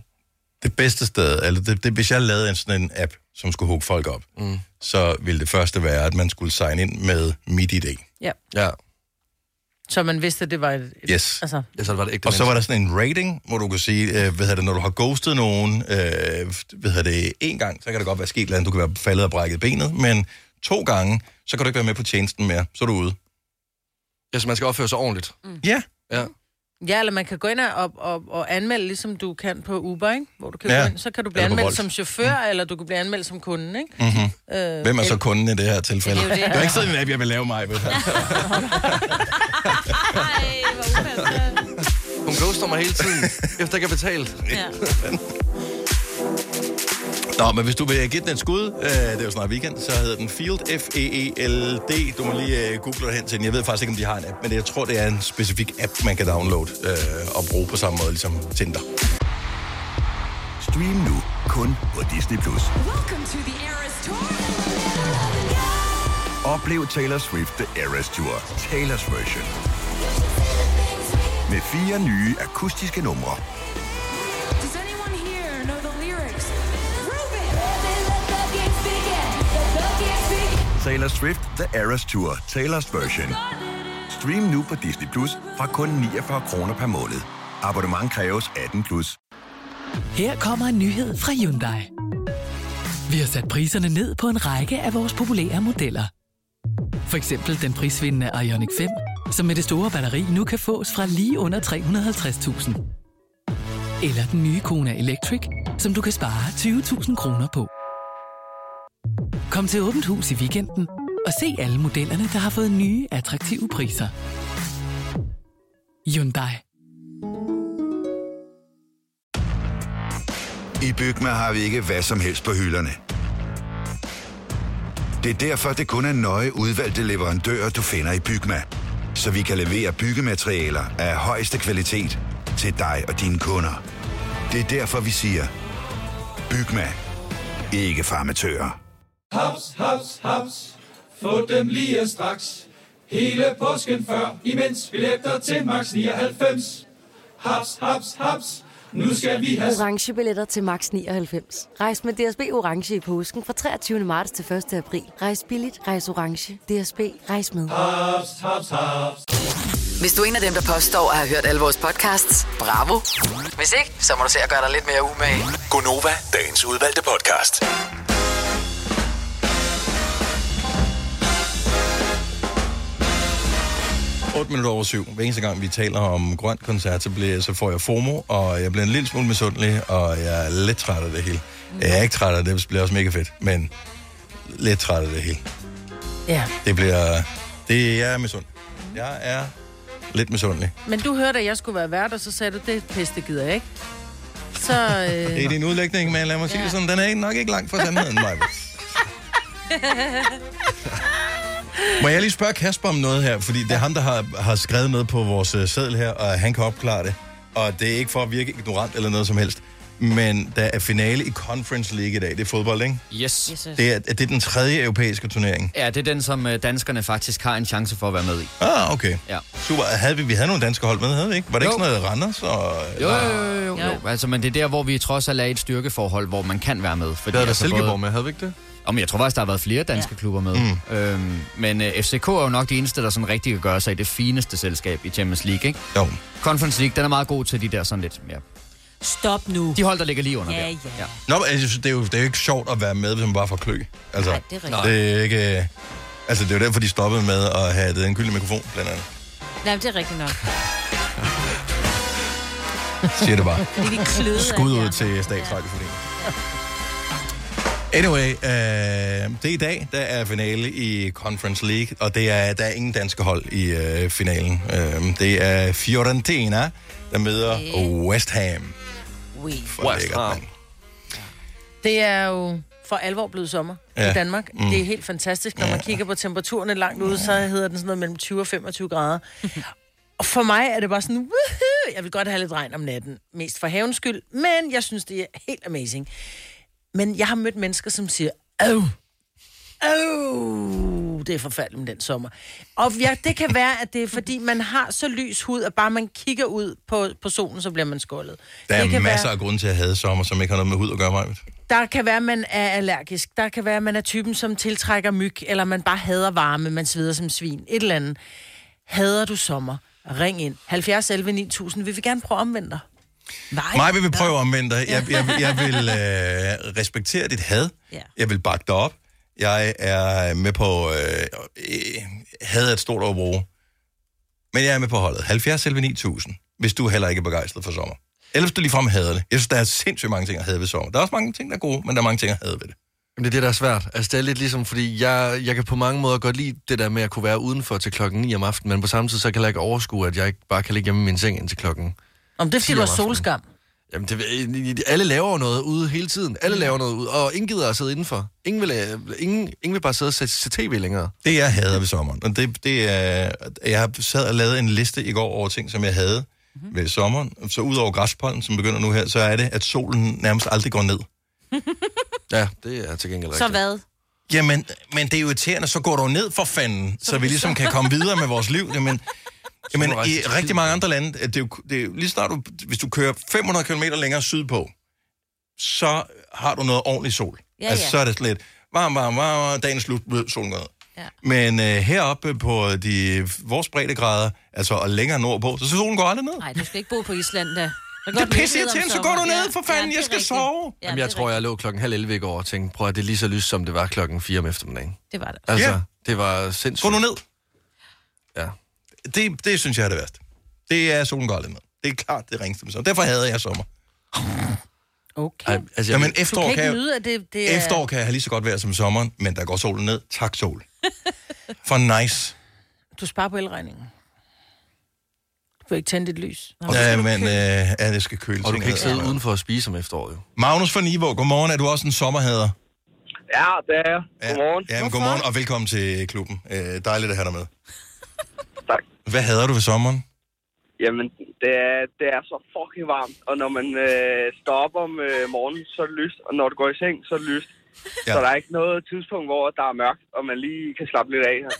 Det bedste sted, eller det, det, hvis jeg lavede en sådan en app, som skulle hugge folk op, mm. så ville det første være, at man skulle signe ind med mit idé.
Ja.
Ja,
Så man vidste, at det var et... et
Yes.
Altså,
ja så var det ægte
Og så var der sådan en rating, hvor du kan sige, øh, hvad hedder det, når du har ghostet nogen, øh, hvad hedder det, en gang, så kan det godt være sket et eller andet, du kan være faldet og brækket benet, men to gange, så kan du ikke være med på tjenesten mere, så er du ude.
Ja, så man skal opføre sig ordentligt.
Mm. Ja,
Ja.
ja, eller man kan gå ind og, og, og anmelde, ligesom du kan på Uber, ikke? Hvor du kan
Ja.
ja. gå ind, så kan du blive
Eller på
anmeldt
Wolt.
som chauffør, mm. eller du kan blive anmeldt som kunde, ikke? Mm-hmm. Øh,
hvem er så kunden i det her tilfælde?
Det er jo det.
Det er ikke sådan en app, jeg vil lave mig. Vel?
Ej, hvor upassende.
Hun ghoster mig hele
<laughs>
tiden, efter jeg ikke har betalt.
Ja.
Nå, men hvis du vil give den et skud, øh, det er jo snart weekend, så hedder den Field, E F-E-E-L-D. Du må lige øh, google dig hen til den. Jeg ved faktisk ikke, om de har en app, men jeg tror, det er en specifik app, man kan downloade øh, og bruge på samme måde, ligesom Tinder.
Stream nu kun på Disney+. Plus. Oplev Taylor Swift The Eras Tour, Taylor's version. Med fire nye akustiske numre. Taylor Swift The Eras Tour, Taylor's version. Stream nu på Disney Plus fra kun 49 kroner per måned. Abonnement kræves 18 plus.
Her kommer en nyhed fra Hyundai. Vi har sat priserne ned på en række af vores populære modeller. For eksempel den prisvindende Ioniq 5, som med det store batteri nu kan fås fra lige under 350.000. Eller den nye Kona Electric, som du kan spare 20.000 kroner på. Kom til Åbent Hus i weekenden og se alle modellerne, der har fået nye, attraktive priser. Hyundai.
I Bygma har vi ikke hvad som helst på hylderne. Det er derfor, det kun er nøje udvalgte leverandører, du finder i Bygma. Så vi kan levere byggematerialer af højeste kvalitet til dig og dine kunder. Det er derfor, vi siger, Bygma. Ikke farmatører.
Haps, haps, haps. Få dem lige straks. Hele påsken før, imens billetter til max 99. Haps, haps, haps. Nu skal vi have...
orange billetter til max 99. Rejs med DSB orange i påsken fra 23. marts til 1. april. Rejs billigt, rejs orange. DSB rejs med.
Haps, haps, haps.
Hvis du er en af dem, der påstår at have hørt alle vores podcasts, bravo. Hvis ikke, så må du se at gøre dig lidt mere umage.
Gonova, dagens udvalgte podcast.
Mm. 8 minutter over syv. Hver eneste gang, vi taler om grøn koncert, så, bliver, så får jeg FOMO, og jeg bliver en lille smule misundelig, og jeg er lidt træt af det hele. Jeg er ikke træt af det, det bliver også mega fedt, men lidt træt af det hele.
Ja.
Det bliver... Det, jeg er misundelig. Jeg er lidt misundelig.
Men du hørte, at jeg skulle være vært, og så sagde du, det pisse, det gider jeg ikke. Så... Øh...
Det er din udlægning, men lad mig sige
Ja.
det sådan, den er ikke- nok ikke langt fra sandheden, Maja. Må jeg lige spørge Kasper om noget her, fordi det er ham, der har, har skrevet noget på vores øh, seddel her, og han kan opklare det. Og det er ikke for at virke ignorant eller noget som helst, men der er finale i Conference League i dag. Det er fodbold, ikke?
Yes. yes.
Det er, er det den tredje europæiske turnering.
Ja, det er den, som øh, danskerne faktisk har en chance for at være med i.
Ah, okay.
Ja.
Super. Havde vi, vi havde nogle danske hold med, havde vi ikke? Var det ikke
Jo.
sådan noget Randers? Og,
Jo, jo, jo, jo, jo. jo. Altså, men det er der, hvor vi trods alt er i et styrkeforhold, hvor man kan være med. Fordi, altså
Der havde været Silkeborg med, havde vi ikke det?
Om jeg tror faktisk, der har været flere danske ja. klubber med. Mm. Øhm, men øh, FCK er jo nok de eneste, der sådan rigtig kan gøre sig i det fineste selskab i Champions League, ikke?
Jo.
Conference League, den er meget god til de der sådan lidt, ja.
Stop nu.
De hold, der ligger lige under
Ja,
der.
ja.
ja.
Nå, men altså, det er, jo, det er jo ikke sjovt at være med, hvis man bare får klø. Altså,
Nej, det er rigtigt.
Det er ikke... øh, Altså, det er jo derfor, de stoppede med at have det, en gyldne mikrofon, blandt andet.
Nej, men det er rigtigt nok.
Siger det
<laughs>
bare. <laughs>
Fordi de kløede af
Skud ud
hjernen.
til Statsradioforeningen. Anyway, øh, det er i dag, der er finale i Conference League, og det er, der er ingen danske hold i øh, finalen. Øh, det er Fiorentina, der møder West Ham. For
West
lækkert, mand.
Det er jo for alvor blevet sommer ja.
Ja.
i Danmark.
Mm.
Mm. Det er helt fantastisk, når man kigger på temperaturen langt ude, så hedder den sådan noget mellem 20 og 25
<laughs>
grader. Og for mig er det bare sådan, woohoo, jeg vil godt have lidt regn om natten, mest for havens skyld, men jeg synes, det er helt amazing. Men jeg har mødt mennesker, som siger, Åh, Åh, det er forfærdeligt med den sommer. Og ja, det kan være, at det er fordi, man har så lys hud, at bare man kigger ud på, på solen, så bliver man skoldet.
Der
det
er
kan
masser
være-
af grunde til at have sommer, som ikke har noget med hud at gøre mig.
der kan være, at man er allergisk. Der kan være, at man er typen, som tiltrækker myg, eller man bare hader varme, man sveder som svin. Et eller andet. Hader du sommer? Ring ind. 70 11 9000. Vi vil gerne prøve at omvende dig. Nej.
Mig vil vi prøve at omvende dig. Jeg, jeg, jeg vil øh, respektere dit had.
Ja.
Jeg vil bakke dig op. Jeg er med på... Øh, øh, had er et stort overbrug. Men jeg er med på holdet. 70 selv 9000, hvis du heller ikke er begejstret for sommer. Eller hvis du ligefrem hader det. Jeg synes, der er sindssygt mange ting at have ved sommer. Der er også mange ting, der er gode, men der er mange ting at have ved det.
Jamen, det er det, der er svært. Altså, det er lidt ligesom, fordi jeg, jeg kan på mange måder godt lide det der med at kunne være udenfor til klokken 9 om aftenen, men på samme tid, så kan jeg heller ikke overskue, at jeg ikke bare kan ligge hjemme i min seng indtil klokken
Om det er, fordi
10
du har
om aftenen.
solskam.
Jamen, det, ved- alle laver jo noget ude hele tiden. Alle laver noget ude, og ingen gider at sidde indenfor. Ingen vil, øh, ingen, ingen vil bare sidde og se, se tv længere.
Det, jeg hader ved sommeren, og det, det er... Jeg sad og lavede en liste i går over ting, som jeg havde mm-hmm. ved sommeren. Så ud over græspollen, som begynder nu her, så er det, at solen nærmest aldrig går ned.
ja, det er til gengæld
Så hvad?
Jamen, men det er jo irriterende, så går du ned for fanden, så vi ligesom kan komme videre med vores liv. Jamen, jamen
må du
i
rejse til
rigtig mange andre lande, øh, det er jo, det er jo lige snart du, hvis du kører 500 km længere sydpå, så har du noget ordentlig sol.
Ja,
altså,
ja.
så er det sådan lidt varm, varm, varm, varm dagen slut, blød, solen går ned. Men øh, heroppe på de, vores breddegrader, altså og længere nordpå, så solen går aldrig ned.
Nej, du skal ikke bo på Island, da.
Det er pisse irriterende, så går du ned, for fanden, jeg skal sove.
Ja,
Jamen, jeg tror, jeg lå klokken halv 11 i går og tænkte, prøv at det er lige så lyst, som det var klokken 4 om eftermiddagen.
Det var det.
Altså,
Ja.
det var sindssygt.
Gå nu ned.
Ja.
Det, det synes jeg er det værste. Det er solen går aldrig ned. Det er klart, det ringste med sommer. Derfor havde jeg sommer.
Okay.
Ej, altså, jeg, men
Du kan
efterår
ikke
kan, jeg,
nyde, at det, det er...
efterår kan jeg have lige så godt være som sommeren, men der går solen ned. Tak, sol. <laughs> For nice.
Du sparer på elregningen. Du får ikke tændt et lys.
Ja, men øh, ja, det skal køle
Og du
ting
kan ikke
ned.
sidde udenfor og spise om efteråret, jo.
Magnus fra Niveau, godmorgen. Er du også en sommerhader?
Ja, det er jeg. Godmorgen.
Ja, men godmorgen, og velkommen til klubben. Øh, dejligt at have dig med. tak. Hvad hader du ved sommeren?
Jamen, det er, det er så fucking varmt, og når man øh, står op om øh, morgenen, så er det lyst, og når du går i seng, så er det lyst. Ja. Så der er ikke noget tidspunkt, hvor der er mørkt, og man lige kan slappe lidt af her.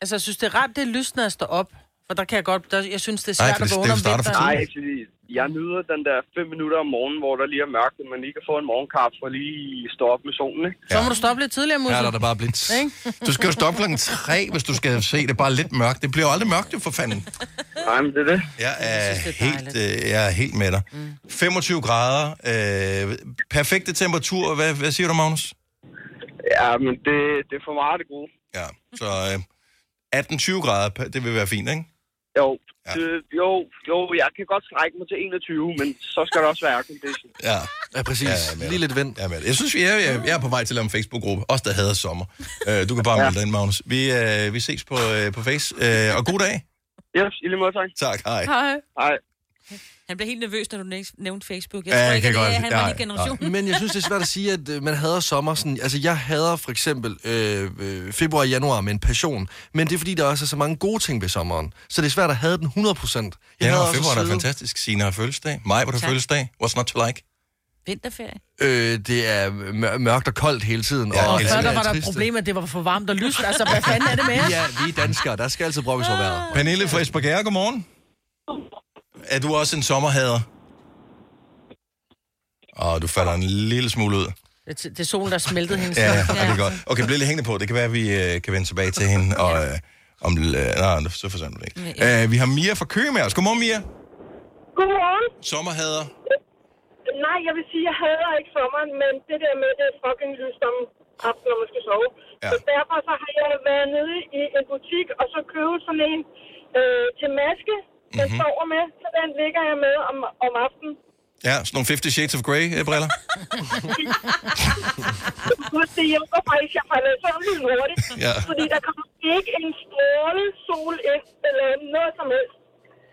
Altså, jeg synes, det er rart, det er lyst, når jeg står op. For der kan jeg godt... Der, jeg synes, det er svært at vågne om vinteren.
Nej, fordi jeg nyder den der fem minutter om morgenen, hvor der lige er mørkt, og man lige kan få en morgenkaffe og lige stå op med solen, ikke?
Så må du stoppe lidt tidligere, Musse.
Ja, der er der bare blitz.
Ikke?
Du skal jo stoppe klokken tre, hvis du skal se det bare lidt mørkt. Det bliver jo aldrig mørkt, jo, for fanden.
Nej, men det er det.
Jeg er, helt, øh, jeg er helt med dig. Mm. 25 grader, øh, perfekte temperatur. Hvad, hvad siger du, Magnus?
Ja, men det, det er for meget det gode.
Ja, så øh, 18-20 grader, pa- det vil være fint, ikke?
Jo, ja. det, jo, jo, jeg kan godt strække mig til 21, men så skal der også være aircondition.
Ja.
Ja, præcis.
Ja, Lige lidt vind. Ja, med. Jeg synes, vi er, jeg, jeg er på vej til at lave en Facebook-gruppe. Også der hader sommer. Øh, du kan bare
Ja.
melde dig ind, Magnus. Vi, øh, vi ses på, øh, på Face. Øh, og god dag.
Yes, i lige måde, tak.
Tak, hej.
Hej.
Hej.
Han blev helt nervøs, når du næ- nævnte Facebook. Jeg
Ja,
tror
jeg
ikke,
kan
at
godt-
det, han var
nej,
lige generation.
nej. Men jeg synes, det er svært at sige, at øh, man hader sommer. Sådan, altså, jeg hader for eksempel øh, øh, februar og januar med en passion. Men det er, fordi der også er så mange gode ting ved sommeren. Så det er svært at have den 100 procent.
Januar og februar der er fantastisk. Signe har fødselsdag. Maj, hvor der
Tak.
fødselsdag. What's not to like?
Vinterferie.
Øh, det er mør- mørkt og koldt hele tiden.
Ja,
Og
det
før
er
der var der et
trist.
problem, at det var for varmt og lyst. Altså, hvad fanden er det med os?
Ja, vi er danskere. Der skal altid brokkes over vejret.
Pernille fra Esbjerg, godmorgen. Er du også en sommerhader? Åh, du falder en lille smule ud.
Det, det er solen, der smeltede hendes.
Ja, ja, ja. det er godt. Okay, bliv lige hængende på. Det kan være, at vi øh, kan vende tilbage til hende. Og, øh, om, øh, nej, så forsøger du det ikke. Øh, vi har Mia fra Køge med os. Godmorgen, Mia.
Godmorgen.
Sommerhader.
Nej, jeg vil sige, jeg hader ikke sommeren, men det der med, det er fucking lyst om aftenen, når man skal sove. Ja. Så derfor så har jeg været nede i en butik, og så købe sådan en øh, til maske, den mm-hmm. sover med, så den ligger jeg med om, om aftenen.
Ja, sådan nogle 50 Shades of øh, Grey-briller.
Gud, det hjælper faktisk, jeg falder i søvn lige hurtigt, <laughs>
Ja.
fordi der kommer ikke en stråle sol ind, eller noget som helst.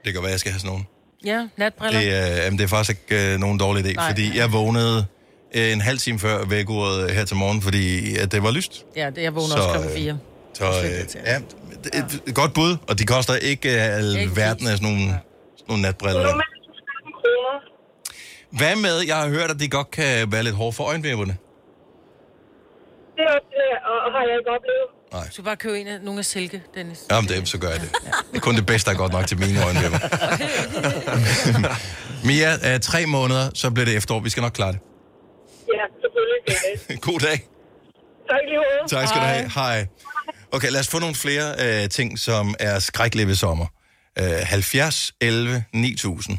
Det kan være, jeg skal have sådan nogle.
Ja, natbriller.
Det, er, jamen, det er faktisk ikke øh, nogen dårlig idé,
Nej.
fordi jeg vågnede øh, en halv time før vækordet her til morgen, fordi at det var lyst.
Ja, det, jeg vågner også
Så,
klokken
øh,
4.
Så øh, ja, det er et godt bud, og de koster ikke øh, alverden af sådan nogle, sådan nogle natbriller. der.
Normalt så 13 kroner.
Hvad med, jeg har hørt, at de godt kan være lidt hårde for øjenvipperne.
Det er også, øh, og, og har jeg ikke oplevet.
Nej.
Du skal bare købe en af, nogle af silke, Dennis.
Jamen det, så gør jeg det. Det er kun det bedste, der er godt nok til mine øjenvipper. Mia, øh, tre måneder, så bliver det efterår. Vi skal nok klare det.
Ja, selvfølgelig. det er det.
<laughs> God dag.
Tak lige måde.
Tak skal du have. Hej. Okay, lad os få nogle flere øh, ting, som er skrækkelige ved sommer. Øh, 70, 11, 9000.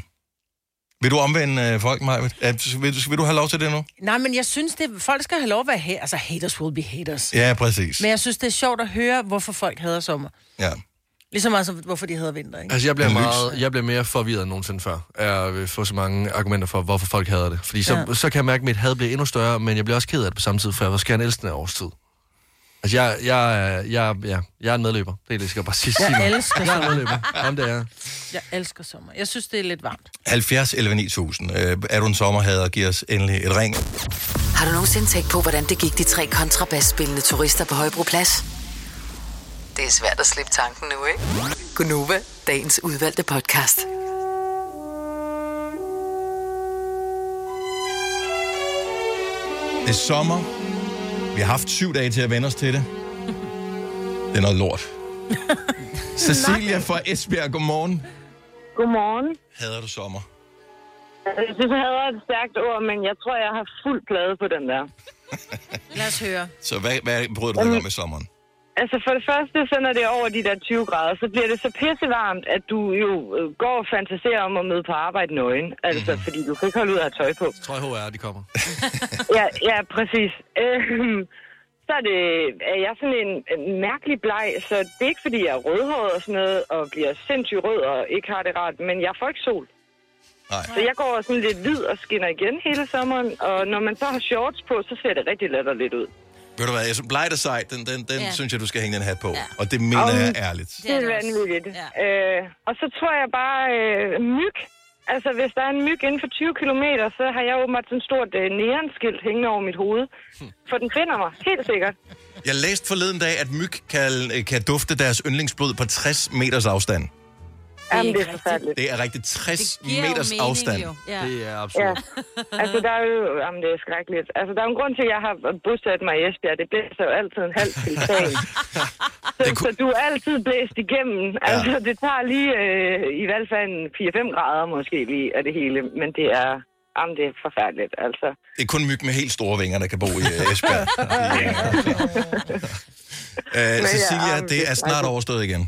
Vil du omvende øh, folk, Maja? Vil, du- vil du have lov til det nu?
Nej, men jeg synes, det, folk skal have lov at være her. Altså, haters will be haters.
Ja, præcis.
Men jeg synes, det er sjovt at høre, hvorfor folk hader sommer.
Ja.
Ligesom altså, hvorfor de hader vinter, ikke?
Altså, jeg bliver,
Men lys.
meget, jeg bliver mere forvirret end nogensinde før, af at få så mange argumenter for, hvorfor folk hader det. Fordi så,
Ja.
ja. så kan jeg mærke, at mit had bliver endnu større, men jeg bliver også ked af det på samme tid, for jeg var skærende elskende af årstid. Altså, Altså, jeg, jeg, er- jeg, jeg, jeg er en medløber. Det er det, jeg skal bare sige.
Jeg
Sig mig.
elsker
Jeg er en
sommer.
medløber. Jamen, det er jeg.
Jeg elsker sommer. Jeg synes, det er lidt varmt.
70 11 9000. Øh, er du en sommerhader, giv os endelig et ring.
Har du nogensinde tænkt på, hvordan det gik de tre kontrabasspillende turister på Højbroplads? Det er svært at slippe tanken nu, ikke? Gunova, dagens udvalgte podcast.
Det er sommer. Vi har haft syv dage til at vende os til det. Det er noget lort.
<laughs>
Cecilia fra Esbjerg, godmorgen.
Godmorgen.
Hader du sommer?
Jeg synes, jeg havde et stærkt ord, men jeg tror, jeg har fuld plade på den der.
Lad os høre.
Så hvad, hvad bryder du dig ikke om i sommeren?
Altså for det første, så når det er over de der 20 grader, så bliver det så pissevarmt, at du jo øh, går og fantaserer om at møde på arbejde nøgen. Altså, mm-hmm. fordi du kan ikke holde ud at have tøj på.
Tror jeg, HR, de kommer.
ja, ja, præcis. Øhm, så er, det, er jeg sådan en en mærkelig bleg, så det er ikke, fordi jeg er rødhåret og sådan noget, og bliver sindssygt rød og ikke har det rart, men jeg får ikke sol.
Nej.
Så jeg går sådan lidt hvid og skinner igen hele sommeren, og når man så har shorts på, så ser det rigtig latterligt ud.
Ved du hvad, jeg synes, bleg dig sej, den, den, den
Ja.
ja. synes jeg, du skal hænge den hat på. Ja. Og det mener jeg ærligt.
Det er vanvittigt. Ja. Øh, og så tror jeg bare, øh, myg. Altså, hvis der er en myg inden for 20 km, så har jeg åbenbart sådan et stort øh, neonskilt hængende over mit hoved. For den finder mig, helt sikkert.
Jeg læste forleden dag, at myg kan, kan dufte deres yndlingsblod på 60 meters afstand.
Jamen, det er forfærdeligt.
Det er rigtigt 60
giver jo
meters
mening,
afstand.
jo. Ja. Det
er
Ja. Altså, der er jo... Jamen, det er skrækkeligt. Altså, der er jo en grund til, at jeg har bosat mig i Esbjerg. Det blæser jo altid en halv til dagen. så, så du er altid blæst igennem. Altså, det tager lige øh, i hvert fald en 4-5 grader måske lige af det hele. Men det er... Jamen, det er forfærdeligt, altså.
Det er kun myg med helt store vinger, der kan bo i øh,
<laughs>
Esbjerg. ja, øh,
Men
Cecilia,
ja,
det er snart overstået igen.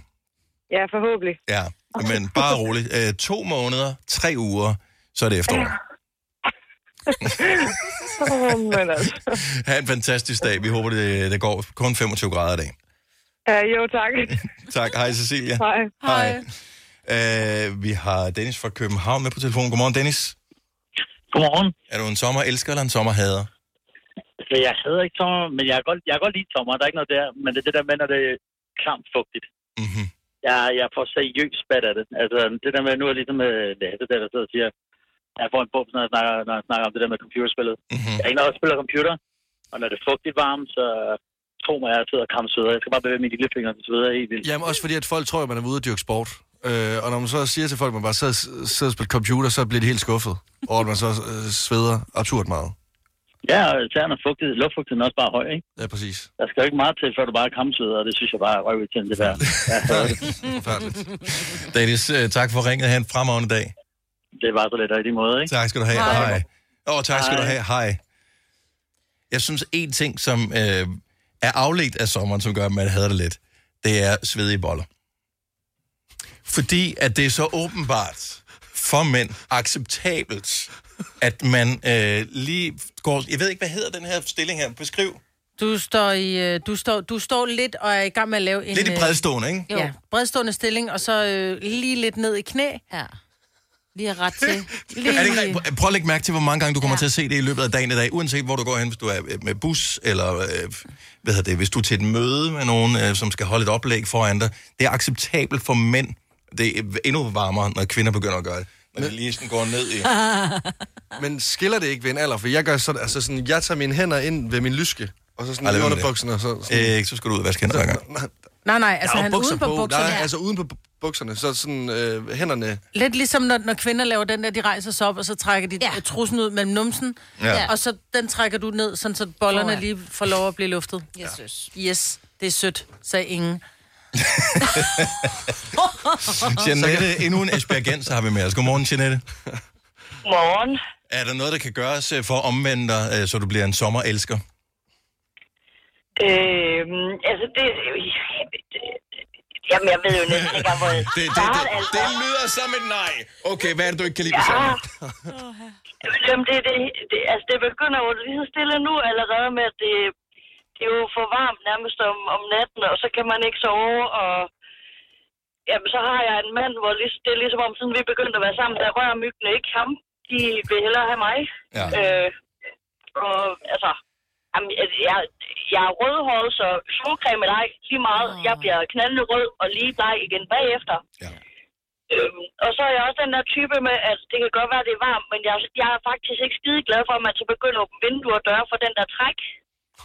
Ja,
<laughs>
forhåbentlig.
Ja, men bare roligt. Øh, to måneder, tre uger, så er det efterår.
Åh, men altså.
Ha' en fantastisk dag. Vi håber, det, det går kun 25 grader i dag.
Ja, jo, tak.
<laughs> Tak. Hej, Cecilia.
Hej.
Hej. Øh, vi har Dennis fra København med på telefonen. Godmorgen, Dennis.
Godmorgen.
Er du en sommerelsker eller en sommerhader?
Så jeg hader ikke sommer, men jeg kan godt, jeg kan godt lide sommer. Der er ikke noget der, men det er det der med, når det er klamt fugtigt.
Mm-hmm.
Jeg, jeg får seriøst spat af det. Altså, det der med, nu er jeg ligesom øh, Lasse der, der sidder og siger, jeg får en bums, når jeg snakker, når jeg snakker om det der med computerspillet.
Mm-hmm.
Jeg er ikke noget, der spiller computer, og når det er fugtigt varmt, så tro mig, jeg sidder og krammer søder. Jeg skal bare bevæge mine lillefinger, så sveder jeg helt vildt.
Jamen også fordi, at folk tror, at man er ude og dyrke sport. Øh, og når man så siger til folk, at man bare sidder, sidder og spiller computer, så bliver de helt skuffet. Og at man så øh, sveder absurd meget.
Ja, og tæerne er fugtigt. Luftfugtigheden er også bare høj, ikke?
Ja, præcis.
Der skal jo ikke meget til, før du bare er kramsøder, og det synes jeg bare er røvigt til det der. Jeg hader det.
Dennis, øh, tak for ringet. Ha' en fremragende dag.
Det var så lidt, og i de måde, ikke?
Tak skal du have.
Hej.
Hej. Åh, oh, tak skal du
Hej.
have. Hej. Jeg synes, en ting, som øh, er afledt af sommeren, som gør, at man hader det lidt, det er svedige boller. Fordi at det er så åbenbart for mænd acceptabelt, at man øh, lige går... Jeg ved ikke, hvad hedder den her stilling her? Beskriv.
Du står, i, øh, du, står, du står lidt og er i gang med at lave en...
Lidt i
øh,
bredstående, ikke?
Jo. Ja, bredstående stilling, og så øh, lige lidt ned i knæ.
Ja. Lige ret
<laughs>
til.
Lige... Er det ikke, rigtigt? prøv at lægge mærke til, hvor mange gange du kommer ja. til at se det i løbet af dagen i dag, uanset hvor du går hen, hvis du er øh, med bus, eller øh, hvad hedder det, hvis du er til et møde med nogen, øh, som skal holde et oplæg foran dig. Det er acceptabelt for mænd. Det er øh, endnu varmere, når kvinder begynder at gøre det. Når de lige sådan går ned i...
Men skiller det ikke ved en alder? For jeg gør sådan, altså sådan, jeg tager mine hænder ind ved min lyske, og så sådan
Ej,
Ej,
lad
i
være med
underbukserne. Og så, sådan,
Øh, ikke, så skal du ud og vaske hænder hver gang.
Nej, nej, altså
Der er jo
han er uden på, bukserne.
Der er,
ja.
altså uden på bu- bukserne, så sådan øh, hænderne...
Lidt ligesom når, når kvinder laver den der, de rejser sig op, og så trækker de ja. trussen ud mellem numsen,
Ja.
ja. og så den trækker du ned, sådan så bollerne
Foran.
lige får lov at blive luftet.
Yes,
yes. det er sødt, sagde ingen.
Jeanette, endnu en aspergenser har vi med os. Godmorgen, Jeanette.
Morgen.
Er der noget, der kan gøres øh, for at omvende dig, øh, så du bliver en sommerelsker?
Øhm, altså, det... Jamen, jeg ved jo næsten ikke, hvor jeg
Det, det,
Ah.
starter,
det,
altså.
det lyder som et nej. Okay, hvad er det, du ikke kan lide ved
Ja.
sommeren?
Jamen, det, det, det, altså, det begynder jo lige så stille nu allerede med, at det, det er jo for varmt nærmest om, om natten, og så kan man ikke sove, og jamen, så har jeg en mand, hvor lige, det er ligesom om, siden vi begyndte at være sammen, der rører myggene ikke ham. De vil hellere have mig.
Ja.
Øh, og altså, jamen, jeg, jeg,
jeg er rødhåret, så solcreme eller ej, lige meget. Jeg bliver knaldende rød og lige bleg igen bagefter. Ja. Øhm, og så er jeg også den der type med, at det kan godt være, det er varmt, men jeg, jeg er faktisk ikke skide glad for, at man så begynder at åbne vinduer og døre for den der træk.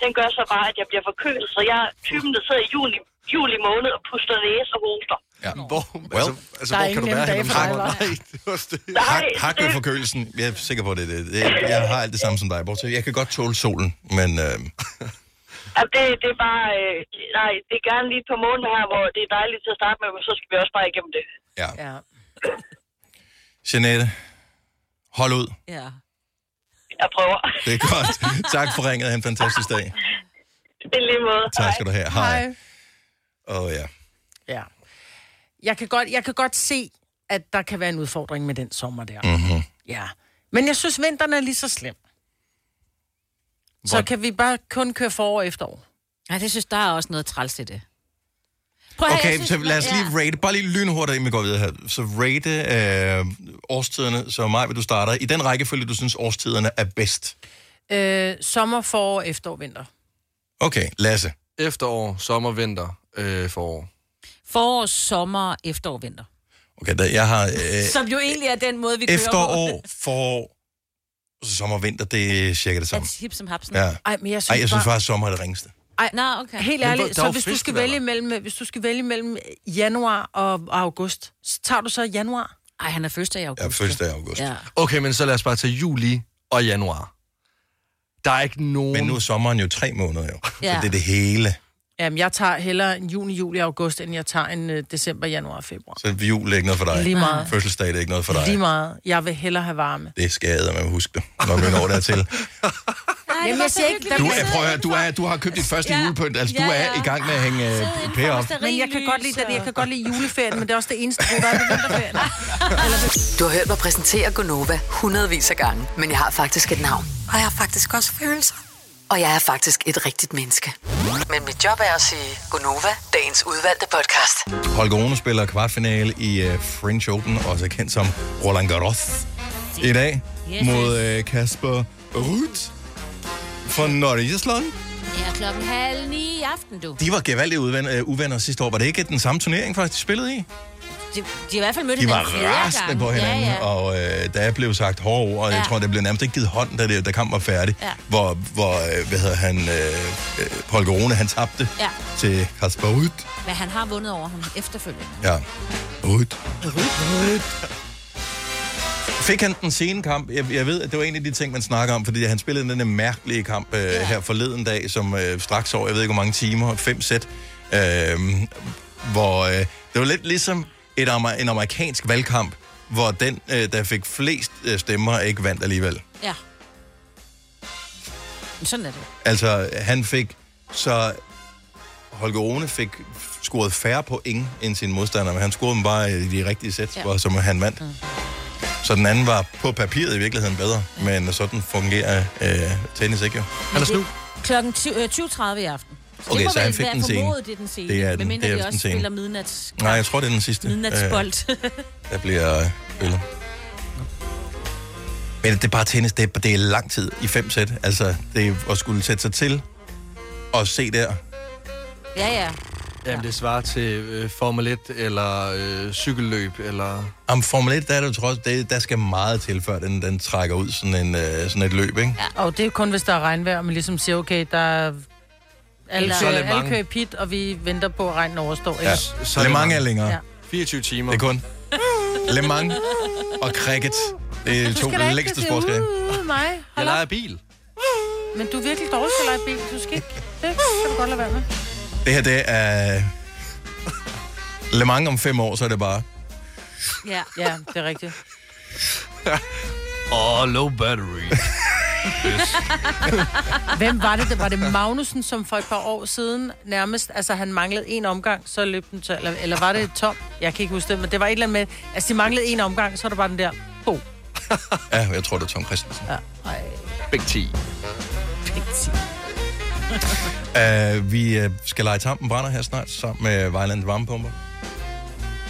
Den gør så bare, at jeg bliver forkølet, så jeg er typen, der sidder i juni, juli måned og puster næse og hoster.
Ja. Hvor, well,
altså, Der hvor er kan ingen du være nemme henne dage om for sommeren? mig,
<laughs>
Nej, det var
Hak,
det.
hak ved forkølelsen. Jeg er sikker på, at det er det. det. er- Jeg har alt det samme som dig, bortset. Jeg kan godt tåle solen, men... Øh,
Altså, det, det er bare, øh, nej, det er gerne lige et par måneder her, hvor det er dejligt til at starte med, men så skal vi også bare igennem det.
Ja. Jeanette, hold ud.
Ja.
Jeg prøver.
Det er godt. tak for ringet. Ha' en fantastisk dag.
Det er lige måde.
Tak skal du have. Hej. Åh oh, ja.
Ja. Jeg kan, godt, jeg kan godt se, at der kan være en udfordring med den sommer der.
Mm-hmm.
Ja. Men jeg synes, vinteren er lige så slem. Så kan vi bare kun køre forår og efterår.
Nej, det synes der er også noget træls i det. Prøv at høre, jeg
Okay,
synes,
så lad os
man-
lige rate, bare lige lynhurtigt, inden vi går videre her. Så rate øh, årstiderne, så mig vil du starter. I den rækkefølge, du synes, årstiderne er bedst.
Øh, sommer, forår, efterår, vinter.
Okay, Lasse.
Efterår, sommer, vinter, øh, forår.
Forår, sommer, efterår, vinter.
Okay, der, jeg har
Øh,
øh,
Som jo egentlig er den måde, vi kører
efterår,
på.
forår, og så sommer og vinter, det er cirka det samme.
Hip som hapsen.
Ja.
Ej, men jeg synes
Ej, jeg synes
bare-
faktisk, sommer er det ringeste.
Ej,
Nå, okay.
Helt
Men
ærligt,
hvor- der er
så
jo
hvis du, skal
festivaler.
vælge mellem, øh, hvis du skal vælge mellem øh, januar og, og august, så tager du så januar?
Nej, han er første i august.
Ja, første af august.
Ja.
Okay, men så lad os bare tage juli og januar. Der er ikke nogen... Men nu
er sommeren jo tre måneder, jo.
Ja.
Så det er det hele.
Jamen, jeg tager hellere en juni, juli, august, end jeg tager en uh, december, januar og februar.
Så jul er ikke noget for dig.
Lige meget.
Fødselsdag det er ikke noget for dig.
Lige meget. Jeg vil hellere have varme.
Det skal jeg med huske, det, når vi
<laughs>
når dertil.
Ej, Jamen, jeg siger ikke,
Du, er, prøv at høre, du, er, du har købt dit første julepynt, altså du
Ja,
er
ja.
i gang med at hænge øh, pære op.
Men jeg kan godt lide den, jeg kan godt lide juleferien, men det er også det eneste, gode, der er ved vinterferien.
Du har hørt mig præsentere Gonova hundredvis af gange, men jeg har faktisk et navn. Og jeg har faktisk også følelser. Og jeg er faktisk et rigtigt menneske. Men mit job er at sige Gonova, dagens udvalgte podcast.
Holger Rune spiller kvartfinale i uh, French Open, også kendt som Roland Garros. I dag
Yes.
mod uh, Kasper Ruud fra Nordisland.
Ja, klokken halv ni i aften, du.
De var gevaldigt uvenner, uh, uvenner sidste år. Var det ikke den samme turnering, faktisk, de spillede i?
De, de er i hvert fald mødt
De var
hinanden flere
rasende
gange.
på hinanden,
Ja, ja.
og øh, der blev sagt hårde ord, og ja. jeg
Ja.
tror, der blev nærmest ikke givet hånd, da, det, da kampen var færdig.
Ja.
Hvor, hvor øh, hvad hedder han, øh, øh, Holger Rune, han tabte
Ja.
til Kasper Ruud.
Men han har vundet over ham efterfølgende.
Ja. Ruud. Fik han den sene kamp? Jeg, jeg ved, at det var en af de ting, man snakker om, fordi han spillede den der mærkelige kamp øh, ja. her forleden dag, som øh, straks over, jeg ved ikke hvor mange timer, fem sæt, øh, hvor øh, det var lidt ligesom et amer, en amerikansk valgkamp, hvor den, øh, der fik flest øh, stemmer, ikke vandt alligevel.
Ja. Men sådan er det.
Altså, han fik så... Holger Rune fik scoret færre point end sin modstander, men han scorede dem bare i de rigtige sæt,
Ja.
ja. som han vandt. Mm. Så den anden var på papiret i virkeligheden bedre, men sådan fungerer øh, tennis ikke jo. Han er snu.
Klokken 20, øh, 20.30 i aften. Så
Okay,
det må
så han
vel
fik
være
den sene.
formodet, Det er den sene.
Det er den-
medmindre
det er
de
den
også
sene.
spiller midnats...
Nej, jeg tror, det er den sidste.
Midnatsbold.
Øh, der bliver øh, spillet. Men det er bare tennis, det er, det er lang tid i fem sæt. Altså, det er at skulle sætte sig til og se der.
<laughs> ja, ja.
Jamen, det svarer til øh, Formel 1 eller øh, cykelløb eller...
Om Formel 1, der er det jo trods, det, der skal meget til, før den, den trækker ud sådan, en, øh, sådan et løb, ikke?
Ja. <laughs> Og det er jo kun, hvis der er regnvejr, og man ligesom siger, okay, der er... Alle
Eller- Så er
kører,
det
alle
mange.
kører i pit, og vi venter på, at regnen overstår.
Ja.
ellers-
Så Le Mans er længere.
Ja.
24 timer.
Det er kun Le Mans og cricket. Det er
Du
to
skal da ikke
længste
se
sportsgrene.
ud, ud, mig.
Jeg
Hold op.
leger bil.
Men du er virkelig dårlig til at lege bil. Du skal ikke... Det kan du godt lade være med.
Det her, det er... Le Mans om fem år, så er det bare...
Ja.
ja, det er rigtigt.
Åh, oh, low battery. Yes.
Hvem var det? det? Var det Magnussen, som for et par år siden nærmest, altså han manglede en omgang, så løb den til, eller, eller var det Tom? Jeg kan ikke huske det, men det var et eller andet med, altså de manglede en omgang, så er der bare den der, bo.
Ja, jeg tror, det er Tom Christensen.
Ja.
<laughs> Big T.
Uh, vi øh, skal lege tampen brænder her snart, sammen med Vejland Varmepumper.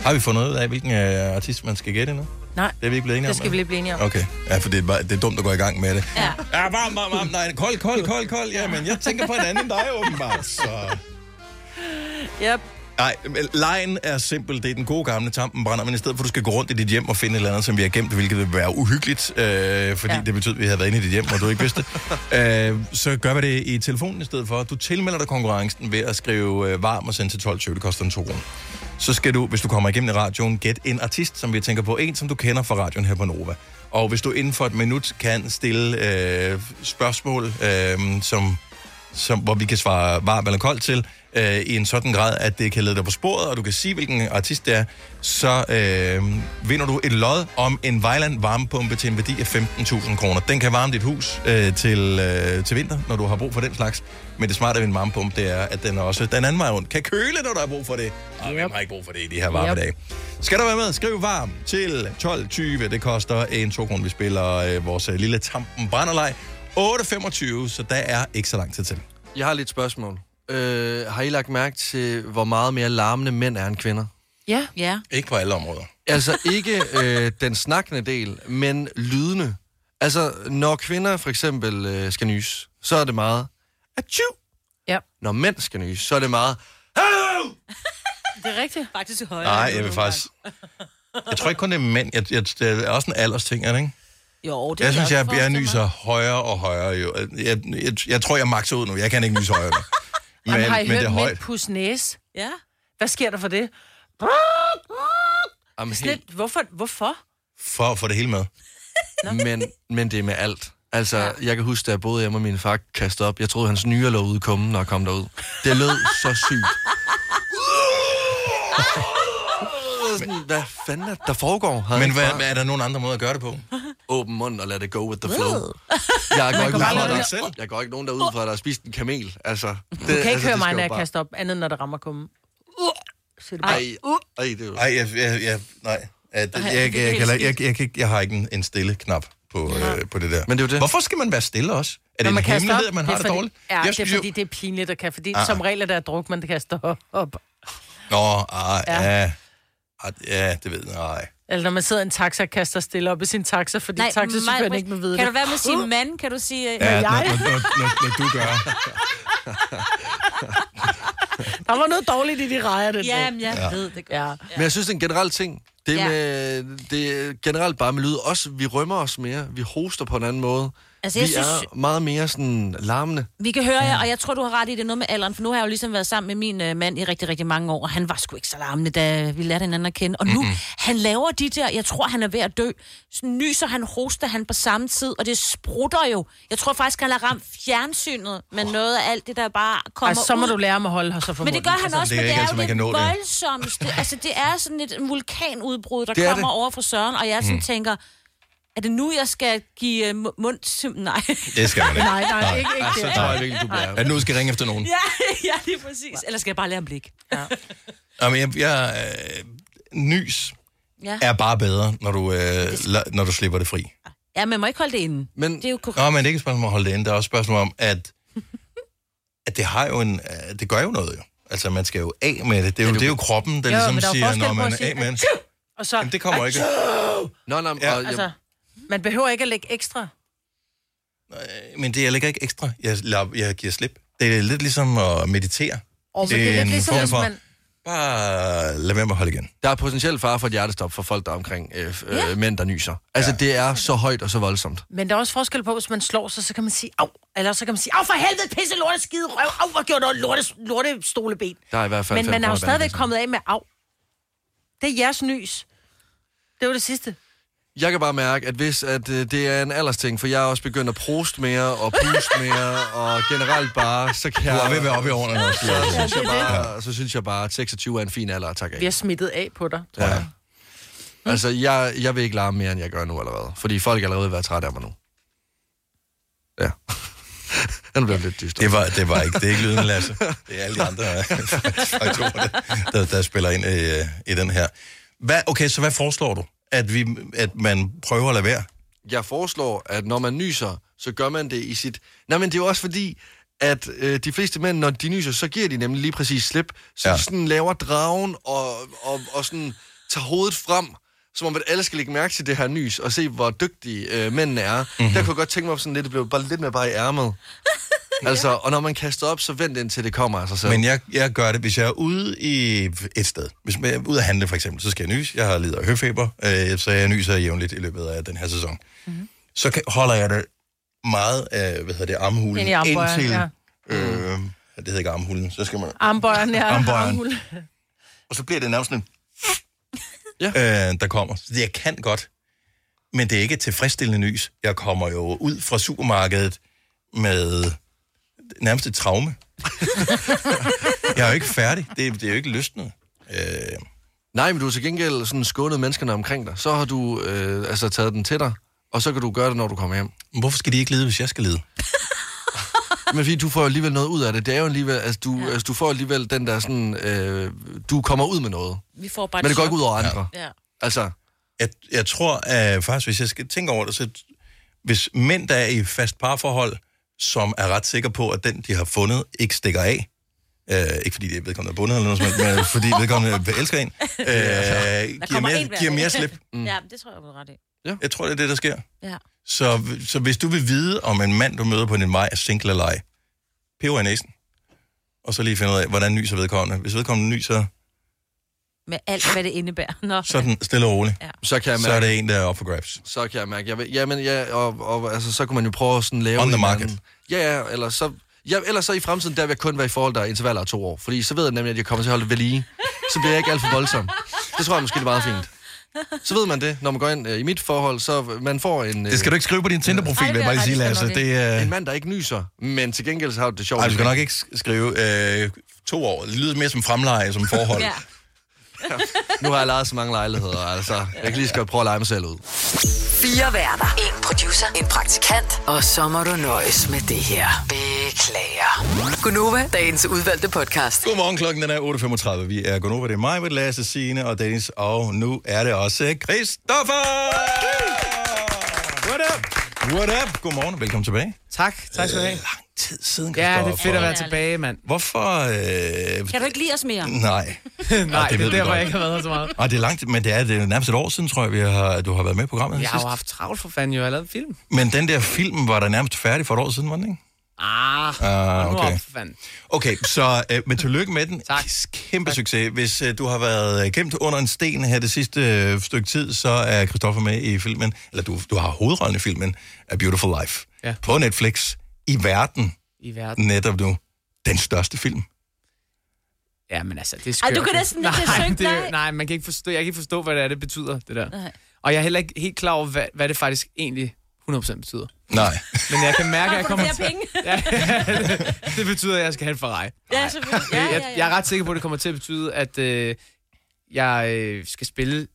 Har vi fundet ud af, hvilken øh, artist man skal gætte nu?
Nej.
Det er vi ikke blevet enige om.
Det skal vi lige blive enige om.
Okay, ja, for det er, bare, det er dumt at gå i gang med det.
Ja.
Ja, varm, varm, varm. Nej, kold, kold, kold, kold. Jamen, jeg tænker på en anden end dig, åbenbart. Så...
Yep.
Nej, men lejen er simpel. Det er den gode gamle tampen brænder, men i stedet for, at du skal gå rundt i dit hjem og finde et eller andet, som vi har gemt, hvilket vil være uhyggeligt, øh, fordi ja. det betyder, at vi havde været inde i dit hjem, og du ikke vidste det, øh, så gør vi det i telefonen i stedet for. Du tilmelder dig konkurrencen ved at skrive øh, varm og sende til 12.20. Det koster en 2 kroner. Så skal du, hvis du kommer igennem i radioen, gætte en artist, som vi tænker på. En, som du kender fra radioen her på Nova. Og hvis du inden for et minut kan stille øh, spørgsmål, øh, som som, hvor vi kan svare varmt eller koldt til, øh, i en sådan grad, at det kan lede dig på sporet, og du kan sige, hvilken artist det er, så øh, vinder du et lod om en Vejland varmepumpe til en værdi af 15.000 kroner. Den kan varme dit hus øh, til, øh, til vinter, når du har brug for den slags. Men det smarte ved en varmepumpe, det er, at den også den anden vej rundt kan køle, når der er brug for det. Og yep. hvem har ikke brug for det i de her varme
Yep.
yep. dage? Skal du være med, skriv varm til 12.20. Det koster en 2 kroner. Vi spiller øh, vores øh, lille tampen brænderleg. 8.25, så der er ikke så lang tid til.
Jeg har lidt spørgsmål. Øh, har I lagt mærke til, hvor meget mere larmende mænd er end kvinder?
Ja. Ja.
Ikke på alle områder.
Altså ikke øh, den snakkende del, men lydende. Altså, når kvinder for eksempel øh, skal nys, så er det meget... Atju!
Ja.
Når mænd skal nys, så er det meget... Hallo!
Det er rigtigt.
Faktisk højere.
Nej, jeg vil faktisk... Jeg tror ikke kun, det er mænd. Jeg, jeg, det er også en aldersting, er det ikke?
Jo, det
jeg
kan
synes, jeg,
godt
jeg, jeg
forestille
nyser højere og højere. Jo. Øh, Jeg, jeg, jeg, tror, jeg makser ud nu. Jeg kan ikke nyse højere. nu.
Men, Jamen, har I
men
hørt
det er højt.
mænd pus næse?
Ja.
Hvad sker der for det?
Jamen,
Sådan lidt, hvorfor? hvorfor?
For at få det hele med.
men, men det er med alt. Altså, ja. jeg kan huske, da jeg boede hjemme, og min far kastede op. Jeg troede, hans nyre lå ude i kummen, når jeg kom derud. Det lød så sygt. Sådan, hvad fanden er det, der foregår? Havde
Men
min
hvad,
far-
er der nogen andre måder at gøre det på?
Åben mund og lad det go with the
<laughs>
flow. Jeg går,
Man
ikke
kan
ud
bare
fra,
lade
der,
det
selv. jeg går ikke nogen derud fra, at der har spist en kamel. Altså, det,
Du kan ikke
altså,
altså, høre mig, når jeg
kaster
kaster op, andet når det rammer kummen. Uh! Så er det bare-
Ej,
Uh.
ej, det er jo...
Ej, jeg, jeg, jeg, nej. Jeg, jeg, jeg, jeg, jeg, jeg, jeg, jeg, kan ikke- jeg har ikke en, en stille knap på, øh, på det der. Men
det er det.
Hvorfor skal man være stille også?
Når
Er det en
man kaster
hemmelighed,
op,
at man
det er
har det,
fordi-
dårligt?
Ja,
jeg
det er fordi, det er pinligt at kan, fordi ah. som
Ah.
regel er der druk, man kaster op.
Nå, ah,
Ja.
ja. ja. Ah, Ja, det ved jeg. Nej.
Eller når man sidder i en taxa og kaster stille op i sin taxa, fordi
Nej,
taxachaufføren
Maj-Brit,
ikke må vide
Kan
det.
du være med at sige mand? Kan du sige... øh,
Uh. Ja,
jeg?
når, når, når, når, når du gør.
Der var noget dårligt i de rejer, det
Jamen, jeg
Ja.
ved det godt. Ja.
Men jeg synes, det er en generel ting. Det,
Ja.
ja. med, det er generelt bare med lyd. Også, vi rømmer os mere. Vi hoster på en anden måde.
Altså,
Altså,
jeg
vi synes...
synes-
er meget mere sådan larmende.
Vi kan høre jer, og jeg tror, du har ret i det er noget med alderen, for nu har jeg jo ligesom været sammen med min øh, mand i rigtig, rigtig mange år, og han var sgu ikke så larmende, da vi lærte hinanden at kende. Og nu, mm-hmm. han laver de der, jeg tror, han er ved at dø, Så nyser han, hoster han på samme tid, og det sprutter jo. Jeg tror faktisk, han har ramt fjernsynet med noget af alt det, der bare kommer
Ej, så må
ud.
du lære mig at holde her så for
Men det gør
munden,
han
altså.
også,
Det er
men det
ikke
er
altid,
jo
man kan
det
nå det.
voldsomste. Altså, det er sådan et en vulkanudbrud, der
Det er
kommer
det.
over fra Søren, og jeg sådan
Mm.
tænker, er det nu, jeg skal give øh, mu- mund... til- Nej. <laughs>
Det skal man ikke.
Nej, nej, ikke, ikke
Ah, Så
det.
tror jeg virkelig, du bliver. At nu skal jeg ringe efter nogen.
Ja, ja, lige præcis. Eller skal jeg bare lære om blik? Ja.
Jamen, jeg, jeg, øh, nys
Ja.
er bare bedre, når du, øh, la, når du slipper det fri.
ja, man må ikke holde det inde.
Men,
det er jo korrekt.
Nå, men det er ikke et spørgsmål om at holde det inde. Det er også et spørgsmål om, at, at det har jo en... øh, Det gør jo noget, jo. Altså, man skal jo af med det. Det er jo, det er jo kroppen, der
Jo,
ligesom
men der er jo
siger,
forskel
når
på
man
at
er
sige,
af med det."
"Atju!" Og så,
Jamen, det kommer ikke.
"Atju!"
Nå, nå,
Ja.
ja, og,
Altså,
altså...
man behøver ikke at lægge ekstra.
Men det, jeg lægger ikke ekstra. Jeg, lader- jeg giver slip. Det er lidt ligesom at meditere.
Åh, men det er lidt
en
ligesom,
form
hvis
for,
man-
Bare lad være med at holde igen.
Der er potentielt fare for et hjertestop for folk, der er omkring øh, øh, mænd, der nyser. Altså, ja. det er så højt og så voldsomt.
Men der er også forskel på, hvis man slår sig, så kan man sige, au, eller så kan man sige, au for helvede, pisse, lorte, skide, røv, au, hvor gjorde noget lorte, lorte stoleben.
Der er i hvert fald
Men
fem
man er jo
kroner i
stadigvæk
bandekassen.
kommet af med af. Det er jeres nys. Det var det sidste.
Jeg kan bare mærke, at hvis at, øh, det er en aldersting, for jeg er også begyndt at prost mere og puste mere, og generelt bare, så kan
Du
jeg...
er ved at være oppe i årene nu,
Så,
siger jeg.
synes jeg
Ja, det er
bare, så synes jeg bare, at 26 er en fin alder at takke af.
Vi har smittet af på dig.
Ja. Altså, jeg, jeg vil ikke larme mere, end jeg gør nu allerede. Fordi folk er allerede ved at være trætte af mig nu. Ja. <laughs> Den blev lidt dyster.
Det var, det var ikke, det er ikke lyden, Lasse. Det er alle de andre <laughs> øh, faktorer, der- der, der spiller ind øh, i den her. Hvad, okay, så hvad foreslår du? At, vi, at man prøver at lade være?
Jeg foreslår, at når man nyser, så gør man det i sit... Nej, men det er jo også fordi, at øh, de fleste mænd, når de nyser, så giver de nemlig lige præcis slip. Så ja.
Ja.
de sådan laver dragen og, og, og sådan tager hovedet frem som om at alle skal lægge mærke til det her nys, og se, hvor dygtige øh, mændene er. Mm-hmm. Der kunne jeg godt tænke mig op sådan lidt, det blev bare lidt mere bare i ærmet. altså, og når man kaster op, så vent indtil det kommer af sig selv.
Men jeg, jeg gør det, hvis jeg er ude i et sted. Hvis jeg er ude at handle for eksempel, så skal jeg nys. Jeg har lidt af høfeber, øh, så jeg nyser jævnligt i løbet af den her sæson.
Mhm.
Mm-hmm. Så kan, holder jeg det meget af, hvad hedder det, armhulen,
Ind i armbøjeren,
indtil...
ja.
Øh, det hedder ikke armhulen, så skal man...
Armbøjeren, ja.
Armbøjeren.
Armhul.
Og så bliver det nærmest en... Ja. Øh, der kommer. Så jeg kan godt, men det er ikke et tilfredsstillende nys. Jeg kommer jo ud fra supermarkedet med nærmest et traume. jeg er jo ikke færdig. Det, er- det er jo ikke lystende. Øh,
Nej, men du har til gengæld sådan skånet menneskerne omkring dig. Så har du øh, altså taget den til dig, og så kan du gøre det, når du kommer hjem.
Hvorfor skal de ikke lide, hvis jeg skal lide?
men fordi du får alligevel noget ud af det. Det er jo alligevel, altså du, ja. altså, du får alligevel den der sådan, øh, du kommer ud med noget.
Vi får bare
Men det
et
går ikke
chok.
ud over andre.
Ja. ja.
Altså...
Jeg, jeg tror at faktisk, hvis jeg skal tænke over det, så hvis mænd, der er i fast parforhold, som er ret sikre på, at den, de har fundet, ikke stikker af, øh, ikke fordi det er vedkommende er bundet eller noget som helst, men fordi vedkommende
<laughs>
elsker en, øh, giver,
kommer
mere,
en hver
giver
dag.
mere slip. Mm.
Ja, det tror jeg, du har ret i.
Ja. Jeg tror, det er det, der sker.
Ja.
Så, så hvis du vil vide, om en mand, du møder på din vej, er single eller ej, peber i næsen, og så lige finde ud af, hvordan nyser vedkommende. Hvis vedkommende nyser
Med alt, hvad det indebærer. Nå.
sådan stille og roligt,
Ja.
så, kan jeg
så er
mærke-
det en, der er op for grabs.
Så kan jeg mærke, jeg ved, jamen, ja, og, og, altså, så kunne man jo prøve at sådan lave...
On the
en
market.
anden- Ja, ja, eller så... Ja, ellers så i fremtiden, der vil jeg kun være i forhold, der er intervaller af to år. Fordi så ved jeg nemlig, at jeg kommer til at holde det ved lige. Så bliver jeg ikke alt for voldsom. Det tror jeg måske, det er meget fint. Så ved man det, når man går ind øh, i mit forhold, så man får en... øh,
Det skal du ikke skrive på din Tinder-profil, vil jeg bare lige sige, Lasse. Det er...
En mand, der ikke nyser, men til gengæld så har du det sjovt.
Ej, du skal nok ikke sk- skrive øh, to år. Det lyder mere som fremleje, som forhold.
<laughs> Ja.
Nu har jeg lejet så mange lejligheder, altså. Jeg kan lige så godt prøve at lege mig selv ud.
Fire værter. En producer. En praktikant. Og så må du nøjes med det her. Beklager. Gunova, dagens udvalgte podcast.
Godmorgen, klokken den er 8.35. Vi er gået over. Det er mig, med Lasse, Signe og Dennis. Og nu er det også Christoffer! What up? What up? Godmorgen og velkommen tilbage.
Tak, tak skal du have.
lang tid siden,
Ja, det er fedt at være
Christoffer.
tilbage, <laughs> mand.
Hvorfor... Øh...
Kan du ikke lide os mere?
Nej.
Nej, det,
ved
er
vi
der, hvor
godt.
jeg ikke har været her så meget.
Ej, det er langt, men det er, det er nærmest et år siden, tror jeg, vi har, at du har været med i programmet
Jeg har
sidst.
jo haft travlt for fanden, jo. Jeg har lavet en film.
Men den der film var der nærmest færdig for et år siden, var den ikke?
Ah,
Ah,
hold nu
okay.
op for fanden.
Okay, så øh, men tillykke med den. Tak. Kæmpe tak. succes. Hvis øh, du har været øh, gemt under en sten her det sidste øh, stykke tid, så er Christoffer med i filmen, eller du, du har hovedrollen i filmen, A Beautiful Life.
Ja.
På Netflix, i verden,
I verden.
netop nu. Den største film.
Ja, men altså, det er
Ej,
skørt.
du kan næsten ikke have
nej,
syngt, nej.
det, nej, man kan ikke forstå, jeg kan ikke forstå, hvad det er, det betyder, det der.
Nej.
Og jeg er heller ikke helt klar over, hvad, hvad det faktisk egentlig 100% betyder.
Nej.
Men jeg kan mærke, at
Har
jeg
du
kommer
flere
til...
penge?
<laughs> det betyder, at jeg skal have en Ferrari.
Ja, selvfølgelig. Ja,
Ja,
ja,
jeg,
ja.
jeg er ret sikker på, at det kommer til at betyde, at øh, jeg øh, skal spille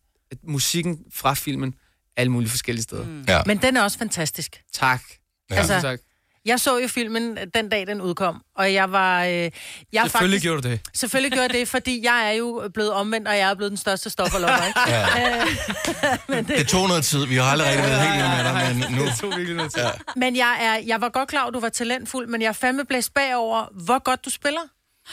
musikken fra filmen alle mulige forskellige steder. Mm.
Ja.
Men den er også fantastisk.
Tak.
Ja. Altså, Jeg så jo filmen øh, den dag, den udkom, og jeg var... Øh, jeg
Selvfølgelig
faktisk,
gjorde du det.
Selvfølgelig gjorde jeg det, fordi jeg er jo blevet omvendt, og jeg er blevet den største stofferlopper, ikke?
Ja.
Øh, men,
Det tog noget tid. Vi har aldrig rigtig været helt enige med dig, men nu...
Det tog virkelig
<laughs>
noget tid.
Ja.
men jeg, er, jeg var godt klar, at du var talentfuld, men jeg er fandme blæst bagover, hvor godt du spiller.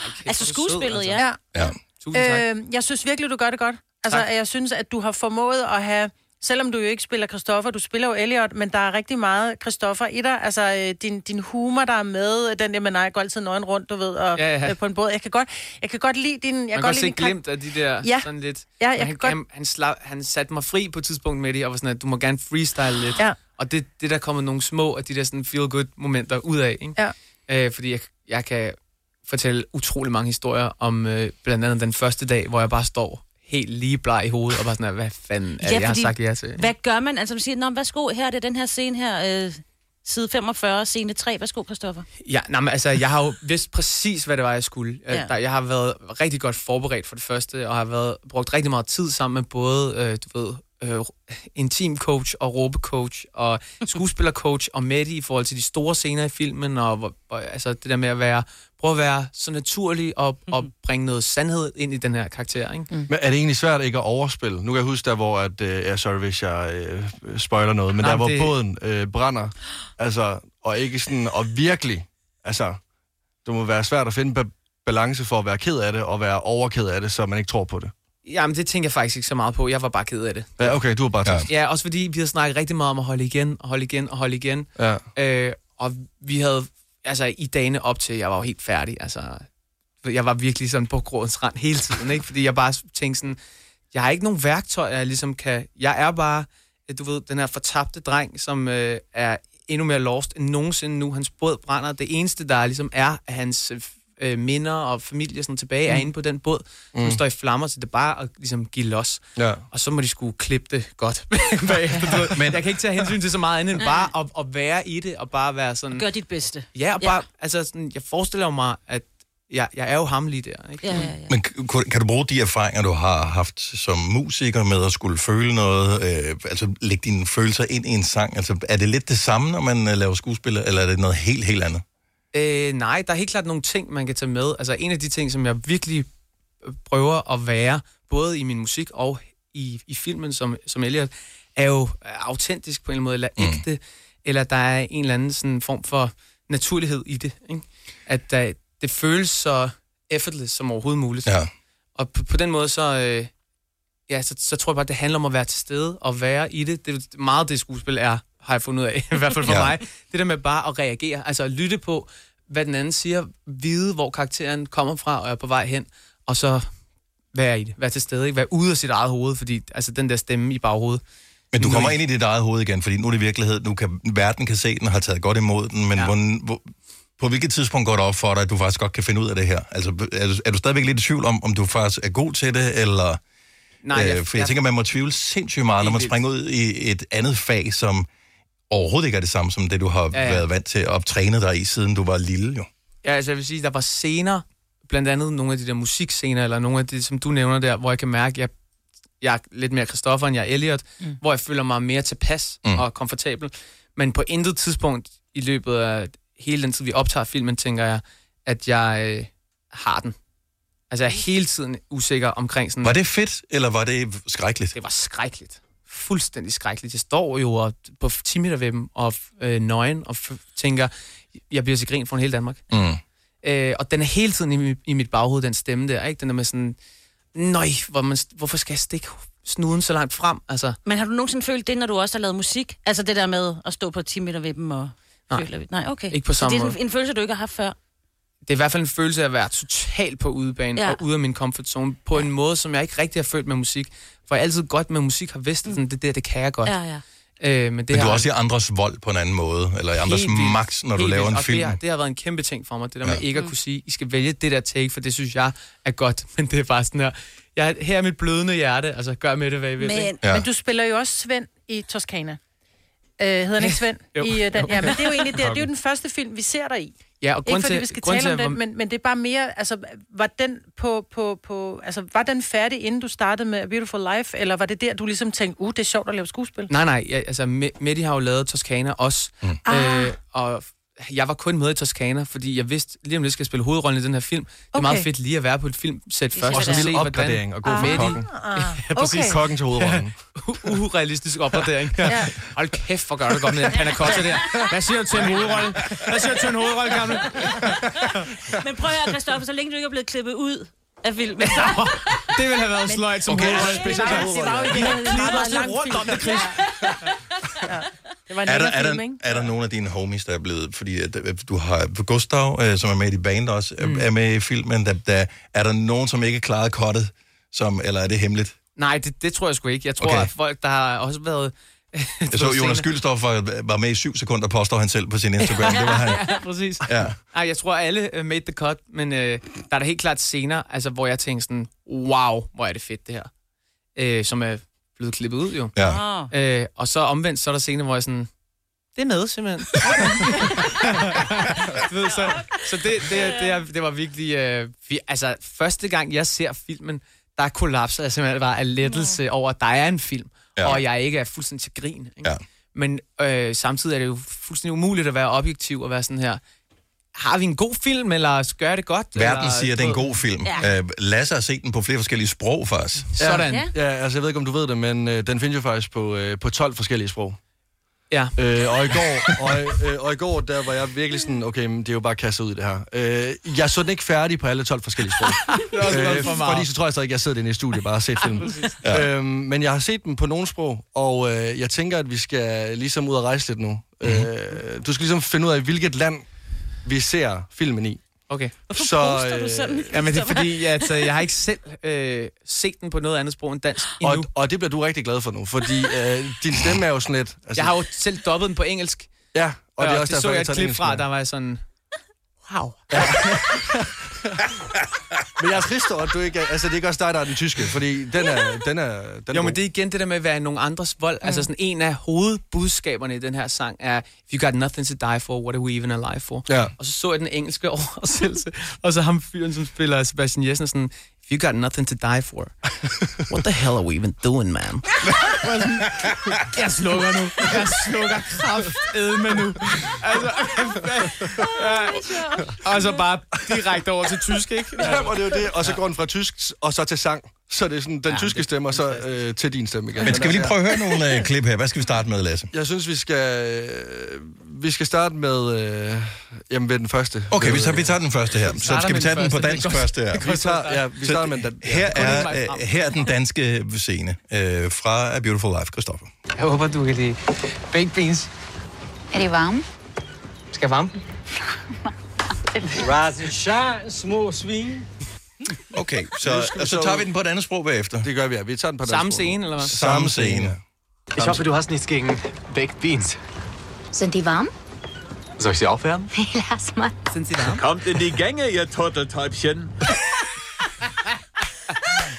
Okay,
Altså skuespillet, ja. ja.
ja.
Øh, jeg synes virkelig, du gør det godt. Altså,
Mm, Tak.
jeg synes, at du har formået at have... Selvom du jo ikke spiller Christoffer, du spiller jo Elliot, men der er rigtig meget Christoffer i dig. Altså, øh, din, din humor, der er med, øh, den der, man nej, går altid nøgen rundt, du ved, og
Ja,
ja,
ja.
ja. på en båd. Jeg kan godt, jeg kan godt lide din... Jeg
Jeg man kan
godt
godt
lide
se
din kar-
glimt af de der
Ja.
sådan lidt.
Ja,
Men
jeg kan
han,
godt-
han, han, slap, han satte mig fri på et tidspunkt med det, og var sådan, at du må gerne freestyle lidt.
Ja.
Og det, det er der kommet nogle små af de der sådan feel-good momenter ud af. Ikke? Ja. Øh, fordi jeg, jeg kan fortælle utrolig mange historier om øh, blandt andet den første dag, hvor jeg bare står helt lige bleg i hovedet, og bare sådan, at, hvad fanden er det, jeg har sagt ja til?
Hvad gør man? Altså, man siger, Nå, men værsgo, her er det den her scene her, øh, side 45, scene 3. Værsgo, Christoffer.
Ja, nej, men altså, jeg har jo vidst præcis, hvad det var, jeg skulle.
Ja.
Ja. Der, jeg har været rigtig godt forberedt for det første, og har været, brugt rigtig meget tid sammen med både, øh, du ved, øh, intimcoach og råbecoach og skuespillercoach og Mette i forhold til de store scener i filmen, og, hvor- og altså det der med at være, prøve at være så naturlig og, og bringe noget sandhed ind i den her karakter, ikke? Mhm. Mm.
Men er det egentlig svært ikke at overspille? Nu kan jeg huske der, hvor... At, øh, ja, sorry, hvis jeg øh, spoiler noget. Men
Nej,
der,
men
hvor
det-
båden øh, brænder. Altså, og ikke sådan... Og virkelig... Altså, det må være svært at finde ba- balance for at være ked af det, og være overked af det, så man ikke tror på det.
Jamen, det tænker jeg faktisk ikke så meget på. Jeg var bare ked af det.
Ja, okay, du var bare tørst.
Ja, også fordi vi havde snakket rigtig meget om at holde igen, og holde igen, og holde igen.
Ja.
Øh, og vi havde, altså i dagene op til, jeg var jo helt færdig, altså jeg var virkelig sådan på grådens rand hele tiden, ikke? Fordi jeg bare tænkte sådan, jeg har ikke nogen værktøjer, jeg ligesom kan, jeg er bare, du ved, den her fortabte dreng, som øh, er endnu mere lost end nogensinde nu. Hans båd brænder. Det eneste, der ligesom er af hans øh, minder og familie sådan tilbage, mm. er
Mm.
inde på den båd, som
Mm.
står i flammer, så det er bare at ligesom give los.
Ja.
Og så må de skulle klippe det godt <laughs> bagefter. du ved. Men jeg kan ikke tage hensyn til så meget andet end bare at, at være i det, og bare være sådan...
Gør dit bedste.
Ja, og bare, altså sådan, jeg forestiller mig, at jeg, jeg er jo ham lige der, ikke?
Ja, ja, ja.
Men k- kunne- kan du bruge de erfaringer, du har haft som musiker med at skulle føle noget, øh, altså lægge dine følelser ind i en sang? Altså er det lidt det samme, når man øh, laver skuespil, eller er det noget helt, helt andet?
Øh, nej, der er helt klart nogle ting, man kan tage med. Altså en af de ting, som jeg virkelig øh, prøver at være, både i min musik og i, i filmen som, som Elliot, er jo øh, autentisk på en eller anden måde, eller ægte, eller der er en eller anden sådan form for naturlighed i det. Ikke? At der, det føles så effortless som overhovedet muligt.
Ja.
Og på, på den måde, så, øh, ja, så, så tror jeg bare, det handler om at være til stede og være i det. Det er jo meget det, skuespil er, har jeg fundet ud af, <laughs> i hvert fald for
Ja.
ja. mig. Det der med bare at reagere, altså at lytte på, hvad den anden siger, vide, hvor karakteren kommer fra og er på vej hen, og så være i det, være til stede, ikke? være ude af sit eget hoved, fordi altså, den der stemme i baghovedet.
Men du
Nu-
kommer ind i dit eget hoved igen, fordi nu er det virkelighed, nu kan verden kan se den og har taget godt imod den, men ja. hvor, hvor, på hvilket tidspunkt går det op for dig, at du faktisk godt kan finde ud af det her? Altså er du, er du stadigvæk lidt i tvivl om, om du faktisk er god til det, eller...
Nej,
øh,
jeg-
for jeg,
jeg-
tænker, man må tvivle sindssygt meget, når
Helt
man
vildt.
springer ud i et andet fag, som overhovedet ikke er det samme som det, du har ja,
Ja,
ja.
ja.
været vant til og trænet dig i, siden du var lille, jo.
Ja, altså jeg vil sige, der var scener, blandt andet nogle af de der musikscener, eller nogle af de, som du nævner der, hvor jeg kan mærke, at jeg, jeg er lidt mere Christoffer, end jeg er Elliot, mm. hvor jeg føler mig mere tilpas
Mm.
mm. og komfortabel. Men på intet tidspunkt i løbet af hele den tid, vi optager filmen, tænker jeg, at jeg øh, har den. Altså jeg er hele tiden usikker omkring sådan...
Var det fedt, eller var det skrækkeligt?
Det var skrækkeligt. Fuldstændig skrækkeligt. Jeg står jo og, på 10 meter ved dem og øh, nøgen og f- tænker, jeg bliver til grin for en hele Danmark.
Mm.
Øh, og den er hele tiden i, mi- i mit baghoved, den stemme der, ikke? Den er med sådan, nøj, hvor man, hvorfor skal jeg stikke snuden så langt frem? Altså,
Men har du nogensinde følt det, når du også har lavet musik? Altså det der med at stå på 10 meter ved dem og...
Nej.
føle- Nej, okay.
Ikke på
Så
samme
det er en,
måde.
en følelse, du ikke har haft før.
det er i hvert fald en følelse af at være totalt på udebane
Ja.
ja. og ude af min comfort zone, på en måde, som jeg ikke rigtig har følt med musik. For jeg altid godt med musik har vidst, at sådan, det der, det kan jeg godt.
Mm. Ja, ja.
Øh, men
Det men du
har-
er også i andres vold på en anden måde, eller i andres
vildt.
magt, når du
Helt
laver
vildt.
en
og
film.
Det har, det har været en kæmpe ting for mig, det der med
Ja.
ikke at
Mm.
kunne sige, I skal vælge det der take, for det synes jeg er godt. <laughs> Men det er bare sådan her, jeg, her er mit blødende hjerte, altså gør med det, hvad I vil.
Men,
ikke?
ja. men du spiller jo også Svend i Toscana. Øh, hedder han ikke Svend?
<laughs> Jo.
I, øh, den, ja, men det er jo egentlig det, det er jo
Fucking.
den første film, vi ser dig i.
Ja, og grund
ikke fordi
til-
vi skal
grund
tale om
til, at-
den, men, men det er bare mere, altså, var den, på, på, på, altså, var den færdig, inden du startede med A Beautiful Life, eller var det der, du ligesom tænkte, uh, det er sjovt at lave skuespil?
Nej, nej, jeg, altså Me- Mette har jo lavet Toscana også, mm. øh, og jeg var kun med i Toscana, fordi jeg vidste, lige om lidt skal jeg spille hovedrollen i den her film. Det er
Okay.
okay. meget fedt lige at være på et filmsæt
Det
først.
synes jeg, det er.
se,
Og så en lille opgradering, og gå fra
Mette-
kokken.
Ah,
<laughs> Ja, præcis.
okay. Kokken til
<laughs>
hovedrollen.
Urealistisk opgradering. ja. Hold kæft, hvor gør du godt med den panacotta der. Hvad siger du til en hovedrolle? Hvad siger du til en hovedrolle, gamle?
Men prøv at høre, Christoffer, så længe du ikke er blevet klippet ud af filmen.
Det ville have været sløjt som
Okay,
hovedrolle.
det var- det var jo
Vi
ikke-
har
det var
klippet
meget
os lidt
lang
rundt om det, Chris.
Det var en
Er der,
længere
er,
film,
der,
ikke?
er der nogen af dine homies, der er blevet... Fordi at, øh, du har Gustav, øh, som er med i dit band også, mm. er med i filmen. Der, der, er der nogen, som ikke klarede kottet, som, eller er det hemmeligt?
Nej, det, det tror jeg sgu ikke. Jeg tror,
Okay.
okay. at folk, der har også været... <laughs>
Jeg så, Jonas Gyldstorff var, var med i syv sekunder, påstår han selv på sin Instagram. Det var han.
Ja, præcis.
Ja.
Ej, jeg tror, alle øh, made the cut, men øh, der er da helt klart scener, altså, hvor jeg tænker sådan, wow, hvor er det fedt, det her. Øh, som er blevet klippet ud, jo.
Ja.
Øh, og så omvendt, så er der scener, hvor jeg sådan, det er med, simpelthen. Du ved, så så det, det, det, er- det var virkelig... Øh, vi, altså, første gang, jeg ser filmen, der kollapser jeg simpelthen bare af lettelse over, at der er en film,
Ja.
ja. og jeg ikke er fuldstændig til grin. Ikke?
Ja.
Men øh, samtidig er det jo fuldstændig umuligt at være objektiv og være sådan her, har vi en god film, eller gør jeg det godt?
Verden
eller,
siger, at det er en god film.
Ja.
Ja. Lasse har set den på flere forskellige sprog, faktisk.
Sådan.
øh,
Ja, altså jeg ved ikke, om du ved det, men øh, den findes jo faktisk på, øh, på 12 forskellige sprog.
Ja.
Øh, og, i går, og, i- øh, og i går, der var jeg virkelig sådan, okay, men det er jo bare kastet ud i det her. Øh, jeg så den ikke færdig på alle 12 forskellige sprog.
<laughs>
Øh,
Det er også godt for meget.
fordi så tror jeg så ikke, jeg sidder inde i studiet bare og ser filmen. ja.
Ja.
øhm, men jeg har set den på nogle sprog, og øh, jeg tænker, at vi skal ligesom ud og rejse lidt nu. Mm-hmm.
Mhm.
Øh, du skal ligesom finde ud af, hvilket land vi ser filmen i.
Okay.
Hvorfor Så, poster du øh, sådan?
Jamen, det er fordi, at øh, jeg har ikke selv øh, set den på noget andet sprog end dansk endnu.
Og, altså- og det bliver du rigtig glad for nu, fordi øh, din stemme er jo sådan lidt...
Altså, jeg har jo selv dobbet den på engelsk.
Ja, og det er også
det
derfor,
så jeg
jeg
et
tager den
klip
engelske
fra,
med.
der var jeg sådan... Wow.
Men jeg er trist over, at du ikke... er- Altså, det er ikke også dig, der er den tyske, fordi den er... Den er den er
jo,
god.
men det er igen det der med at være nogen andres vold. Mm. Altså sådan en af hovedbudskaberne i den her sang er, if you got nothing to die for, what are we even alive for?
Ja.
Og så så jeg den engelske <laughs> oversættelse, og så ham fyren, som spiller Sebastian Jessen, sådan, if you got nothing to die for, what the hell are we even doing, man? <laughs> jeg slukker nu. Jeg slukker kraftedme nu. Altså, og så bare direkte over til tysk, ikke?
Ja, og det er jo det. Og så går den fra tysk, og så til sang. Så det er sådan, den ja, tyske stemme, og så øh, til din stemme igen.
Men skal vi lige prøve at høre
nu?
nogle øh, klip her? Hvad skal vi starte med, Lasse?
Jeg synes, vi skal, øh, vi skal starte med, øh, jamen, ved den første.
Okay,
Ved,
vi tager, vi
øh,
tager den første her. Så skal vi tage den på dansk første her.
Vi tager, ja, vi
Så
starter med den.
Her
Ja.
er, øh, her er den danske scene øh, fra A Beautiful Life, Christoffer.
Jeg håber, du kan lide baked beans.
Er det varme?
Skal jeg varme dem? Rasen shine, små svin.
Okay,
Nu
så,
skal vi
og
så-
så tager vi den på et andet sprog bagefter.
Det gør vi, ja. Vi tager den på et
Samme andet sprog. scene, eller hvad?
Samme scene.
Ich hoffe, du hast nichts gegen baked beans.
Sind die warm?
Soll ich sie
<laughs>
aufwärmen?
Lass mal. Sind sie warm?
Kommt in die Gänge, ihr
<laughs>
Turteltäubchen.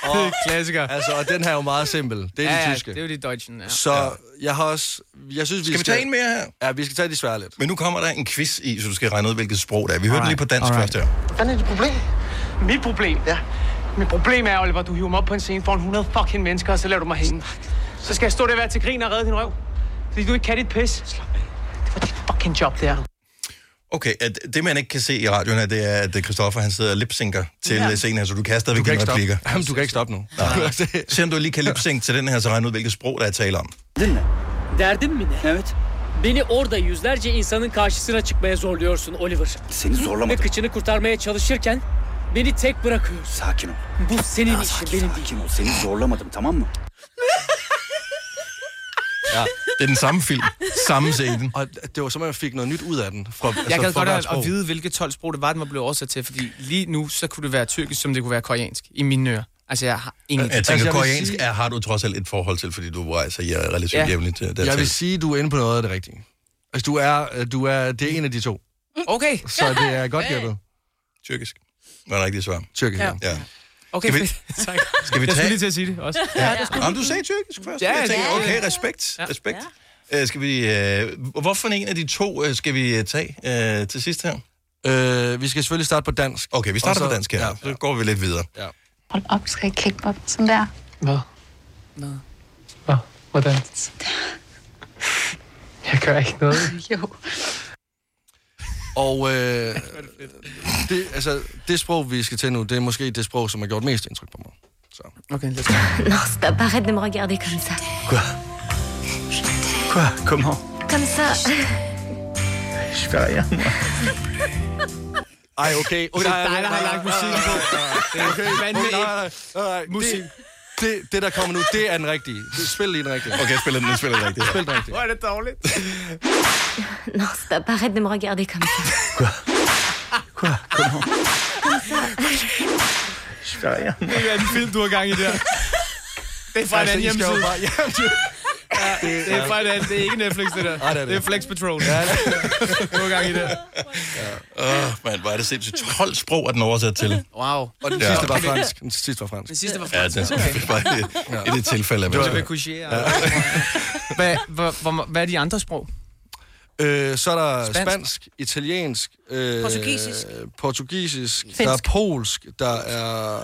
Og, klassiker. Altså, og den her er jo meget simpel. Det er
Oh. ja,
den
ja,
tyske.
det er jo de deutschen, ja.
Så
ja.
jeg har også... Jeg synes, vi
Skal vi tage en mere her?
Ja, vi skal tage de svære lidt.
Men nu kommer der en quiz i, så du skal regne ud, hvilket sprog det er. Vi hører den lige
Alright,
på dansk
alright.
først her.
Hvad er dit problem? Mit problem? Ja. Mit problem er, Oliver, du hiver mig op på en scene foran 100 fucking mennesker, og så lader du mig hænge. Så skal jeg stå der og være til grin og redde din røv. Fordi du ikke kan dit pis. Slap af. Det var dit fucking job, det er.
Okay, at det man ikke kan se i radioen, er, det er, at Christoffer han sidder og lipsynker til
Ja.
ja. scenen her, så du kan stadigvæk
Du kan
dine
ikke stoppe.
replikker.
Jamen, du kan ikke stoppe nu. <laughs>
Nej. Se om du lige kan lipsynke til den her, så regne ud, hvilket sprog der er tale om.
Dinle. Derdin mi ne? Evet. Beni orada yüzlerce insanın karşısına çıkmaya zorluyorsun Oliver. Seni zorlamadım. Ve kıçını kurtarmaya çalışırken beni tek bırakıyorsun. Sakin ol. Bu senin işin benim değil. Sakin ol seni zorlamadım tamam mı?
Ja. Det er den samme film, samme scene. altså
Og det var som om, jeg fik noget nyt ud af den. Fra,
Jeg gad
fra
godt
hvert
at,
sprog.
at vide, hvilke 12 sprog det var, den var blevet oversat til, fordi lige nu, så kunne det være tyrkisk, som det kunne være koreansk, i mine ører. Altså, jeg har ingen...
Jeg tænker,
altså, vil
koreansk er, har du trods alt et forhold til, fordi du rejser ja, relativt
<laughs> Ja.
ja. jævnligt øh, dertil.
Jeg vil sige, du er inde på noget af det rigtige. Altså, du er, du er, det er en af de to.
Okay.
Så det er godt gættet.
Tyrkisk. Var det rigtige svar?
Tyrkisk,
ja. ja.
Okay,
Skal vi,
fedt. tak.
skal vi
Jeg skulle
tage-
lige til at sige det også.
Ja, det skulle Nå, du sagde tyrkisk først. Ja, jeg tænker, okay, respekt, ja. respekt. Ja. skal vi, øh, hvorfor en af de to øh, skal vi øh, tage øh, til sidst her?
Øh, vi skal selvfølgelig starte på dansk.
Okay, vi starter
Og
så,
så-
på dansk her. Ja. Så går vi lidt videre.
Ja.
Hold op, skal jeg kigge mig sådan der?
Hvad?
Nå.
Hvad? Hvordan? Jeg gør ikke noget.
Jo.
Og øh, det, altså, det sprog, vi skal til nu, det er måske det sprog, som har gjort mest indtryk på mig.
Okay, lad os
Non, stop, arrête de me regarder comme ça.
Quoi? Comment?
Comme ça.
Je gør jeg.
Ej, okay.
Det er dig, der har lagt musikken på. Det er vanvittigt. Musik.
Musik. Det, det, der kommer nu, det er den rigtige. Spil lige den rigtige.
Okay, jeg spiller den, jeg spiller den rigtige.
Spil den rigtige. Altså,
Hvor er det dårligt.
Non, stop, arrête de me regarder comme ça.
Quoi? Comment?
Comme ça.
Je gør jeg.
Det er en film, du har gang i der. Det er fra en
Altså,
anden
I skal jo
hjemmeside.
<laughs>
bare-
Ja, det, er fra en anden, det er ikke Netflix, det der. det, er Flex Patrol. Ja, <laughs> du har gang i der.
Åh, oh, mand, hvor er det sindssygt. 12 sprog er den oversat til.
Wow.
Og den
Ja.
sidste var fransk. Den sidste var fransk.
Den sidste var
Ja, den
fransk.
er bare i- i det tilfælde. at man
Du
skal-
er ved Couchier. Hvad, hvor, hvor, hvad er de andre sprog?
Øh, så er der
Spansk.
spansk, spansk italiensk, øh,
Portugisisk.
portugisisk
Finsk.
der er polsk, der er...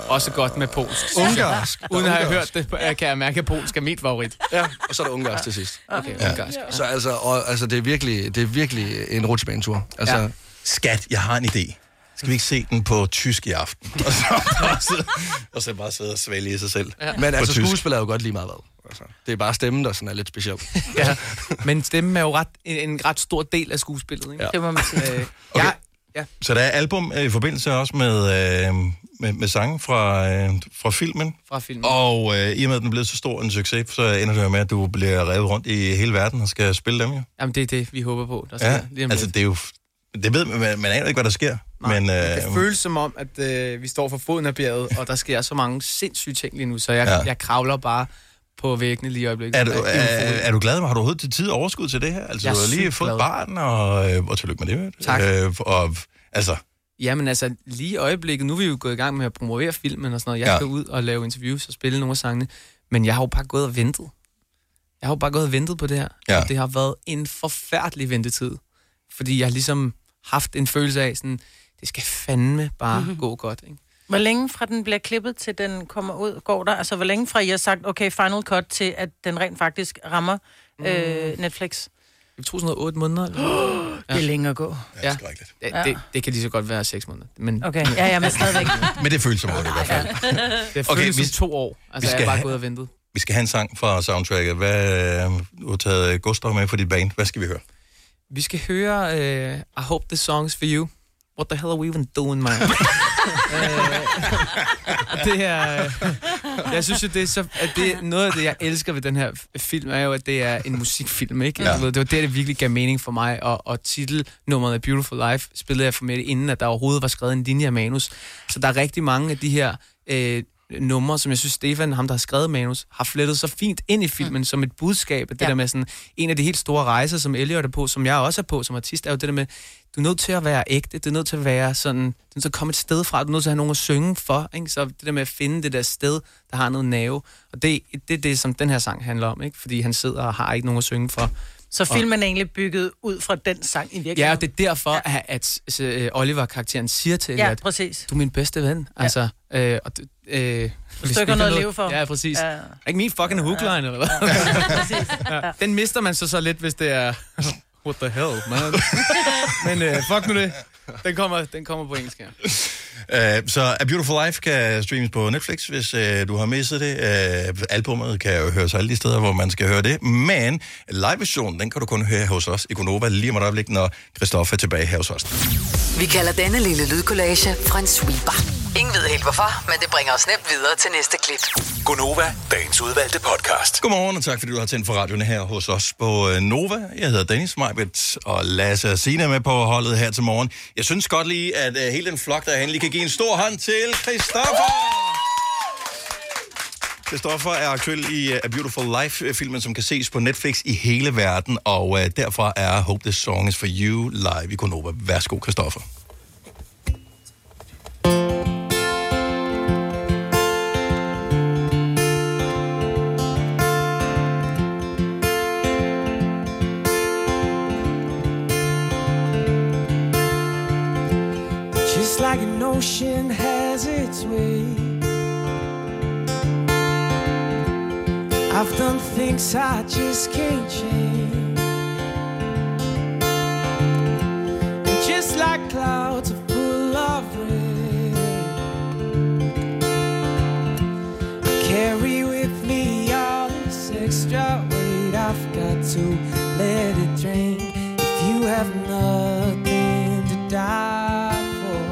Også godt med polsk.
Ungarsk.
Uden at have
Ungarsk.
hørt det, kan jeg mærke, at polsk er mit favorit.
Ja, og så er der ungarsk til sidst.
Okay, ungarsk.
Ja. Så altså, og, altså det, er virkelig, det er virkelig en rutsjebanetur. Altså,
Ja. Skat, jeg har en idé. Skal vi ikke se den på tysk i aften? Og så bare sidde, og, så bare sidde og svælge i sig selv.
Men
på
altså,
tysk.
skuespiller er jo godt lige meget hvad. Altså, det er bare stemmen, der sådan er lidt speciel.
ja. Men stemmen er jo ret, en, en ret stor del af skuespillet, ikke?
Det må man sige.
Øh, okay. jeg,
Så der er album øh, i forbindelse også med, øh, med, med sange fra, øh, fra filmen.
Fra filmen.
Og øh, i og med, at den er blevet så stor en succes, så ender det jo med, at du bliver revet rundt i hele verden og skal spille dem jo.
Jamen, det er det, vi håber på. Der
Ja,
sker lige om
altså
lidt.
det er jo... Det ved man, man, man aner ikke, hvad der sker. Nej, men, øh,
Det føles som om, at øh, vi står for foden af bjerget, og der sker så mange sindssyge ting lige nu, så jeg,
Ja.
ja. jeg kravler bare på væggene lige i øjeblikket.
er, du,
Jeg
er, er du glad? Har du overhovedet til tid og overskud til det her? Altså,
Jeg er
du har lige
sygt
fået
glad.
barn, og, øh, og tillykke med det.
Tak.
Øh, og, altså,
Jamen altså, lige i øjeblikket, nu er vi jo gået i gang med at promovere filmen og sådan noget. Jeg
Ja.
ja. skal ud og lave interviews og spille nogle af sangene, men jeg har jo bare gået og ventet. Jeg har jo bare gået og ventet på det her.
Ja.
Og det har været en forfærdelig ventetid, fordi jeg har ligesom haft en følelse af sådan, det skal fandme bare
Mhm.
gå godt, ikke?
Hvor længe fra den bliver klippet, til den kommer ud, går der? Altså, hvor længe fra I har sagt, okay, final cut, til at den rent faktisk rammer øh, Netflix?
Jeg tror sådan noget 8 måneder. Eller?
Det er længe at gå.
Ja, ja. Det, det, det kan lige så godt være 6 måneder. Men,
Okay, ja, ja, men <laughs> stadigvæk.
men det føles som om det i hvert fald.
Det
Okay,
okay, vi,
vi-
som to år.
vi
Altså, jeg
skal
er bare
have-
gået og ventet.
Vi skal have en sang fra soundtracket. Hvad, øh, du har taget Gustav med for dit band. Hvad skal vi høre?
Vi skal høre uh, I Hope This Song's For You. What the hell are we even doing, man? Øh, det er... øh, Jeg synes jo, det er så, at det, er noget af det, jeg elsker ved den her f- film, er jo, at det er en musikfilm, ikke?
Ja.
Ja. Ved, det var der, det virkelig gav mening for mig, og, og titelnummeret af Beautiful Life spillede jeg for Mette, inden at der overhovedet var skrevet en linje af manus. Så der er rigtig mange af de her øh, numre, som jeg synes, Stefan, ham der har skrevet manus, har flettet så fint ind i filmen mm. som et budskab. at Det ja. der med sådan, en af de helt store rejser, som Elliot er på, som jeg også er på som artist, er jo det der med, du er nødt til at være ægte, du er nødt til at være sådan, du er nødt til at komme et sted fra, du er nødt til at have nogen at synge for, ikke? så det der med at finde det der sted, der har noget nerve, og det, det er det, som den her sang handler om, ikke? fordi han sidder og har ikke nogen at synge for.
Så filmen er egentlig bygget ud fra den sang i virkeligheden.
Ja, og det er derfor, ja. at, at, at øh, Oliver-karakteren siger til
Ja,
Elliot,
præcis.
du er min bedste ven. Altså, øh, og, du- øh, hvis
har ikke noget
kan
at leve for.
Ja, præcis.
Ja.
Ja. Ikke min fucking hookline, eller hvad? ja. Den mister man så så lidt, hvis det er... <laughs> What the hell, man? <laughs> Men øh, fuck nu det. Den kommer, den kommer på engelsk her.
Øh, så A Beautiful Life kan streames på Netflix, hvis øh, du har misset det. Øh, albummet kan jo høres alle de steder, hvor man skal høre det. Men live-versionen, den kan du kun høre hos os i Gonova lige om et øjeblik, når Christoffer er tilbage her hos os.
Vi kalder denne lille lydkollage Frans sweeper. Ingen ved helt hvorfor, men det bringer os nemt videre til næste klip.
Gunova, dagens udvalgte podcast.
Godmorgen, og tak fordi du har tændt for radioen her hos os på øh, Nova. Jeg hedder Dennis Meibert, og Lasse og Sina med på holdet her til morgen. Jeg synes godt lige, at øh, hele den flok derhen lige kan give en stor hånd til Christoffer! Christoffer er aktuel i øh, A Beautiful Life-filmen, som kan ses på Netflix i hele verden, og øh, derfor er Hope This Song Is For You live i Konoba. Værsgo, Christoffer.
Just like an ocean has its way. I've done things I just can't change. And just like clouds are full of rain, I carry with me all this extra weight. I've got to let it drain. If you have nothing to die for,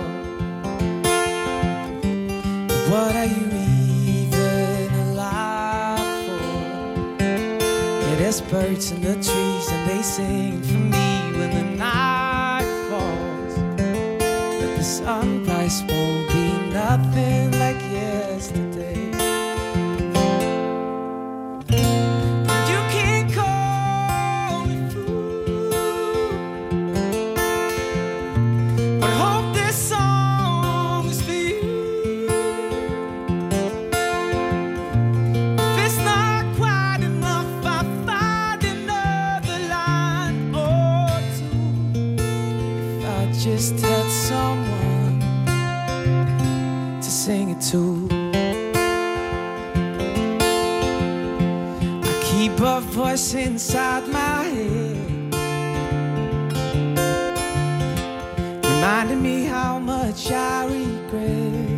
what are you even alive for? Yeah, there's birds in the trees and they sing for me when the night falls. But the sunrise won't be nothing like yesterday. You can't call me fool, but hope this song is for you. If it's not quite enough, I find another line or two. If I just had someone to sing it to. I keep a voice inside my head, reminding me how much I regret.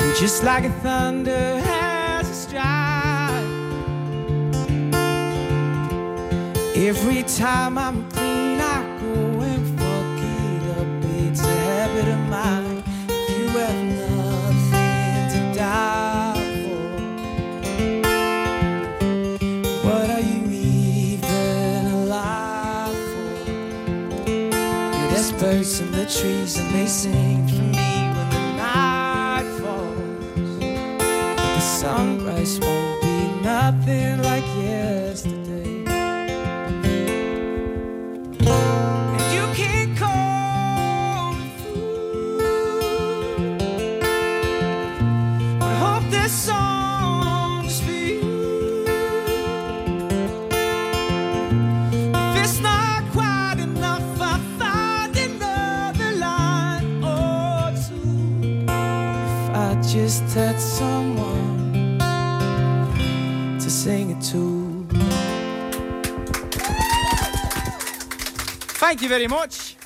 And Just like a thunder has a strike. Every time I'm clean, I go and fuck it up. It's a habit of mine. If you have nothing to die for, what are you even alive for? Yeah, There's birds in the trees and they sing for me when the night falls. The sunrise won't be nothing like yesterday. And you can't call me fool, but hope this song's for you. If it's not quite enough, I find another line or two. If I just had someone to sing it to.
Thank you very much.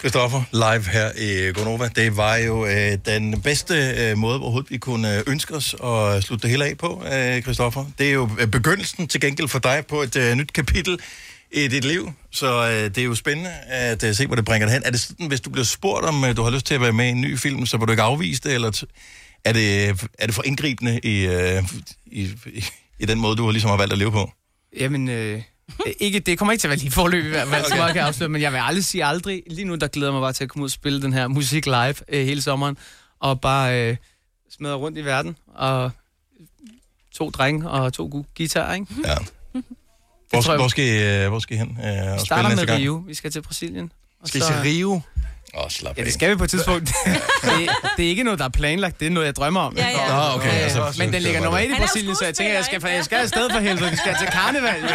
Christoffer, live her i Gonova. Det var jo øh, den bedste øh, måde, overhovedet vi kunne øh, ønske os at slutte det hele af på, øh, Christoffer. Det er jo øh, begyndelsen til gengæld for dig på et øh, nyt kapitel i dit liv, så øh, det er jo spændende at øh, se, hvor det bringer dig hen. Er det sådan, hvis du bliver spurgt, om øh, du har lyst til at være med i en ny film, så vil du ikke afvise det, eller t- er, det, øh, er det for indgribende i, øh, i, i, i den måde, du ligesom har valgt at leve på?
Jamen, øh, ikke, det kommer ikke til at være lige forløb i hvert fald, så
Okay.
meget kan jeg afsløre, men jeg vil aldrig sige aldrig. Lige nu, der glæder jeg mig bare til at komme ud og spille den her musik live øh, hele sommeren, og bare øh, smadre rundt i verden, og to drenge og to gode guitarer, ikke?
Ja. Hvor,
Mhm. tror jeg-
hvor, skal, I, øh, hvor skal I hen øh, og
Vi
spille
starter
næste
med
gang?
Rio, vi skal til Brasilien. og
Skal I
så-
til Rio? Åh, oh, slap
Ja,
af.
det skal vi på et
<laughs>
tidspunkt. det, det er ikke noget, der er planlagt, det er noget, jeg drømmer om.
Ja, ja. Nå, okay,
Øh,
altså,
men den ligger nummer et i
Han er jo
Brasilien, så jeg tænker, jeg skal, jeg skal afsted for helvede. Vi skal til karneval.
<laughs>
jo.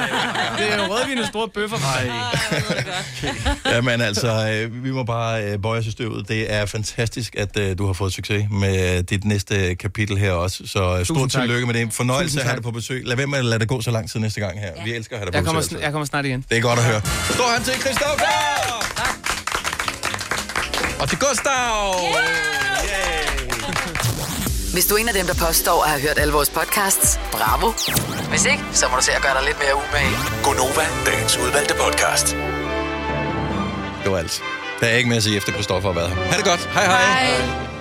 Det er jo rødvin og store bøffer. Nej.
Jamen altså, øh, vi må bare øh, bøje os i støvet. Det er fantastisk, at øh, du har fået succes med øh, dit næste kapitel her også. Så øh, stort
Tusind tak.
tillykke med det. Fornøjelse
Tusind
at have
tak.
dig på besøg. Lad være med at lade det gå så lang tid næste gang her. Ja. Vi elsker at have dig
Jeg
på
kommer,
besøg. altså.
sn- jeg kommer snart igen.
Det er godt at høre. Stor hånd til Christoffer! Og til Gustav!
Hvis du er en af dem, der påstår at have hørt alle vores podcasts, bravo. Hvis ikke, så må du se at gøre dig lidt mere umage.
Gonova, dagens udvalgte podcast.
Det var alt. Der er ikke mere at sige efter, Christoffer har været her. Ha' det godt. Hej hej. hej.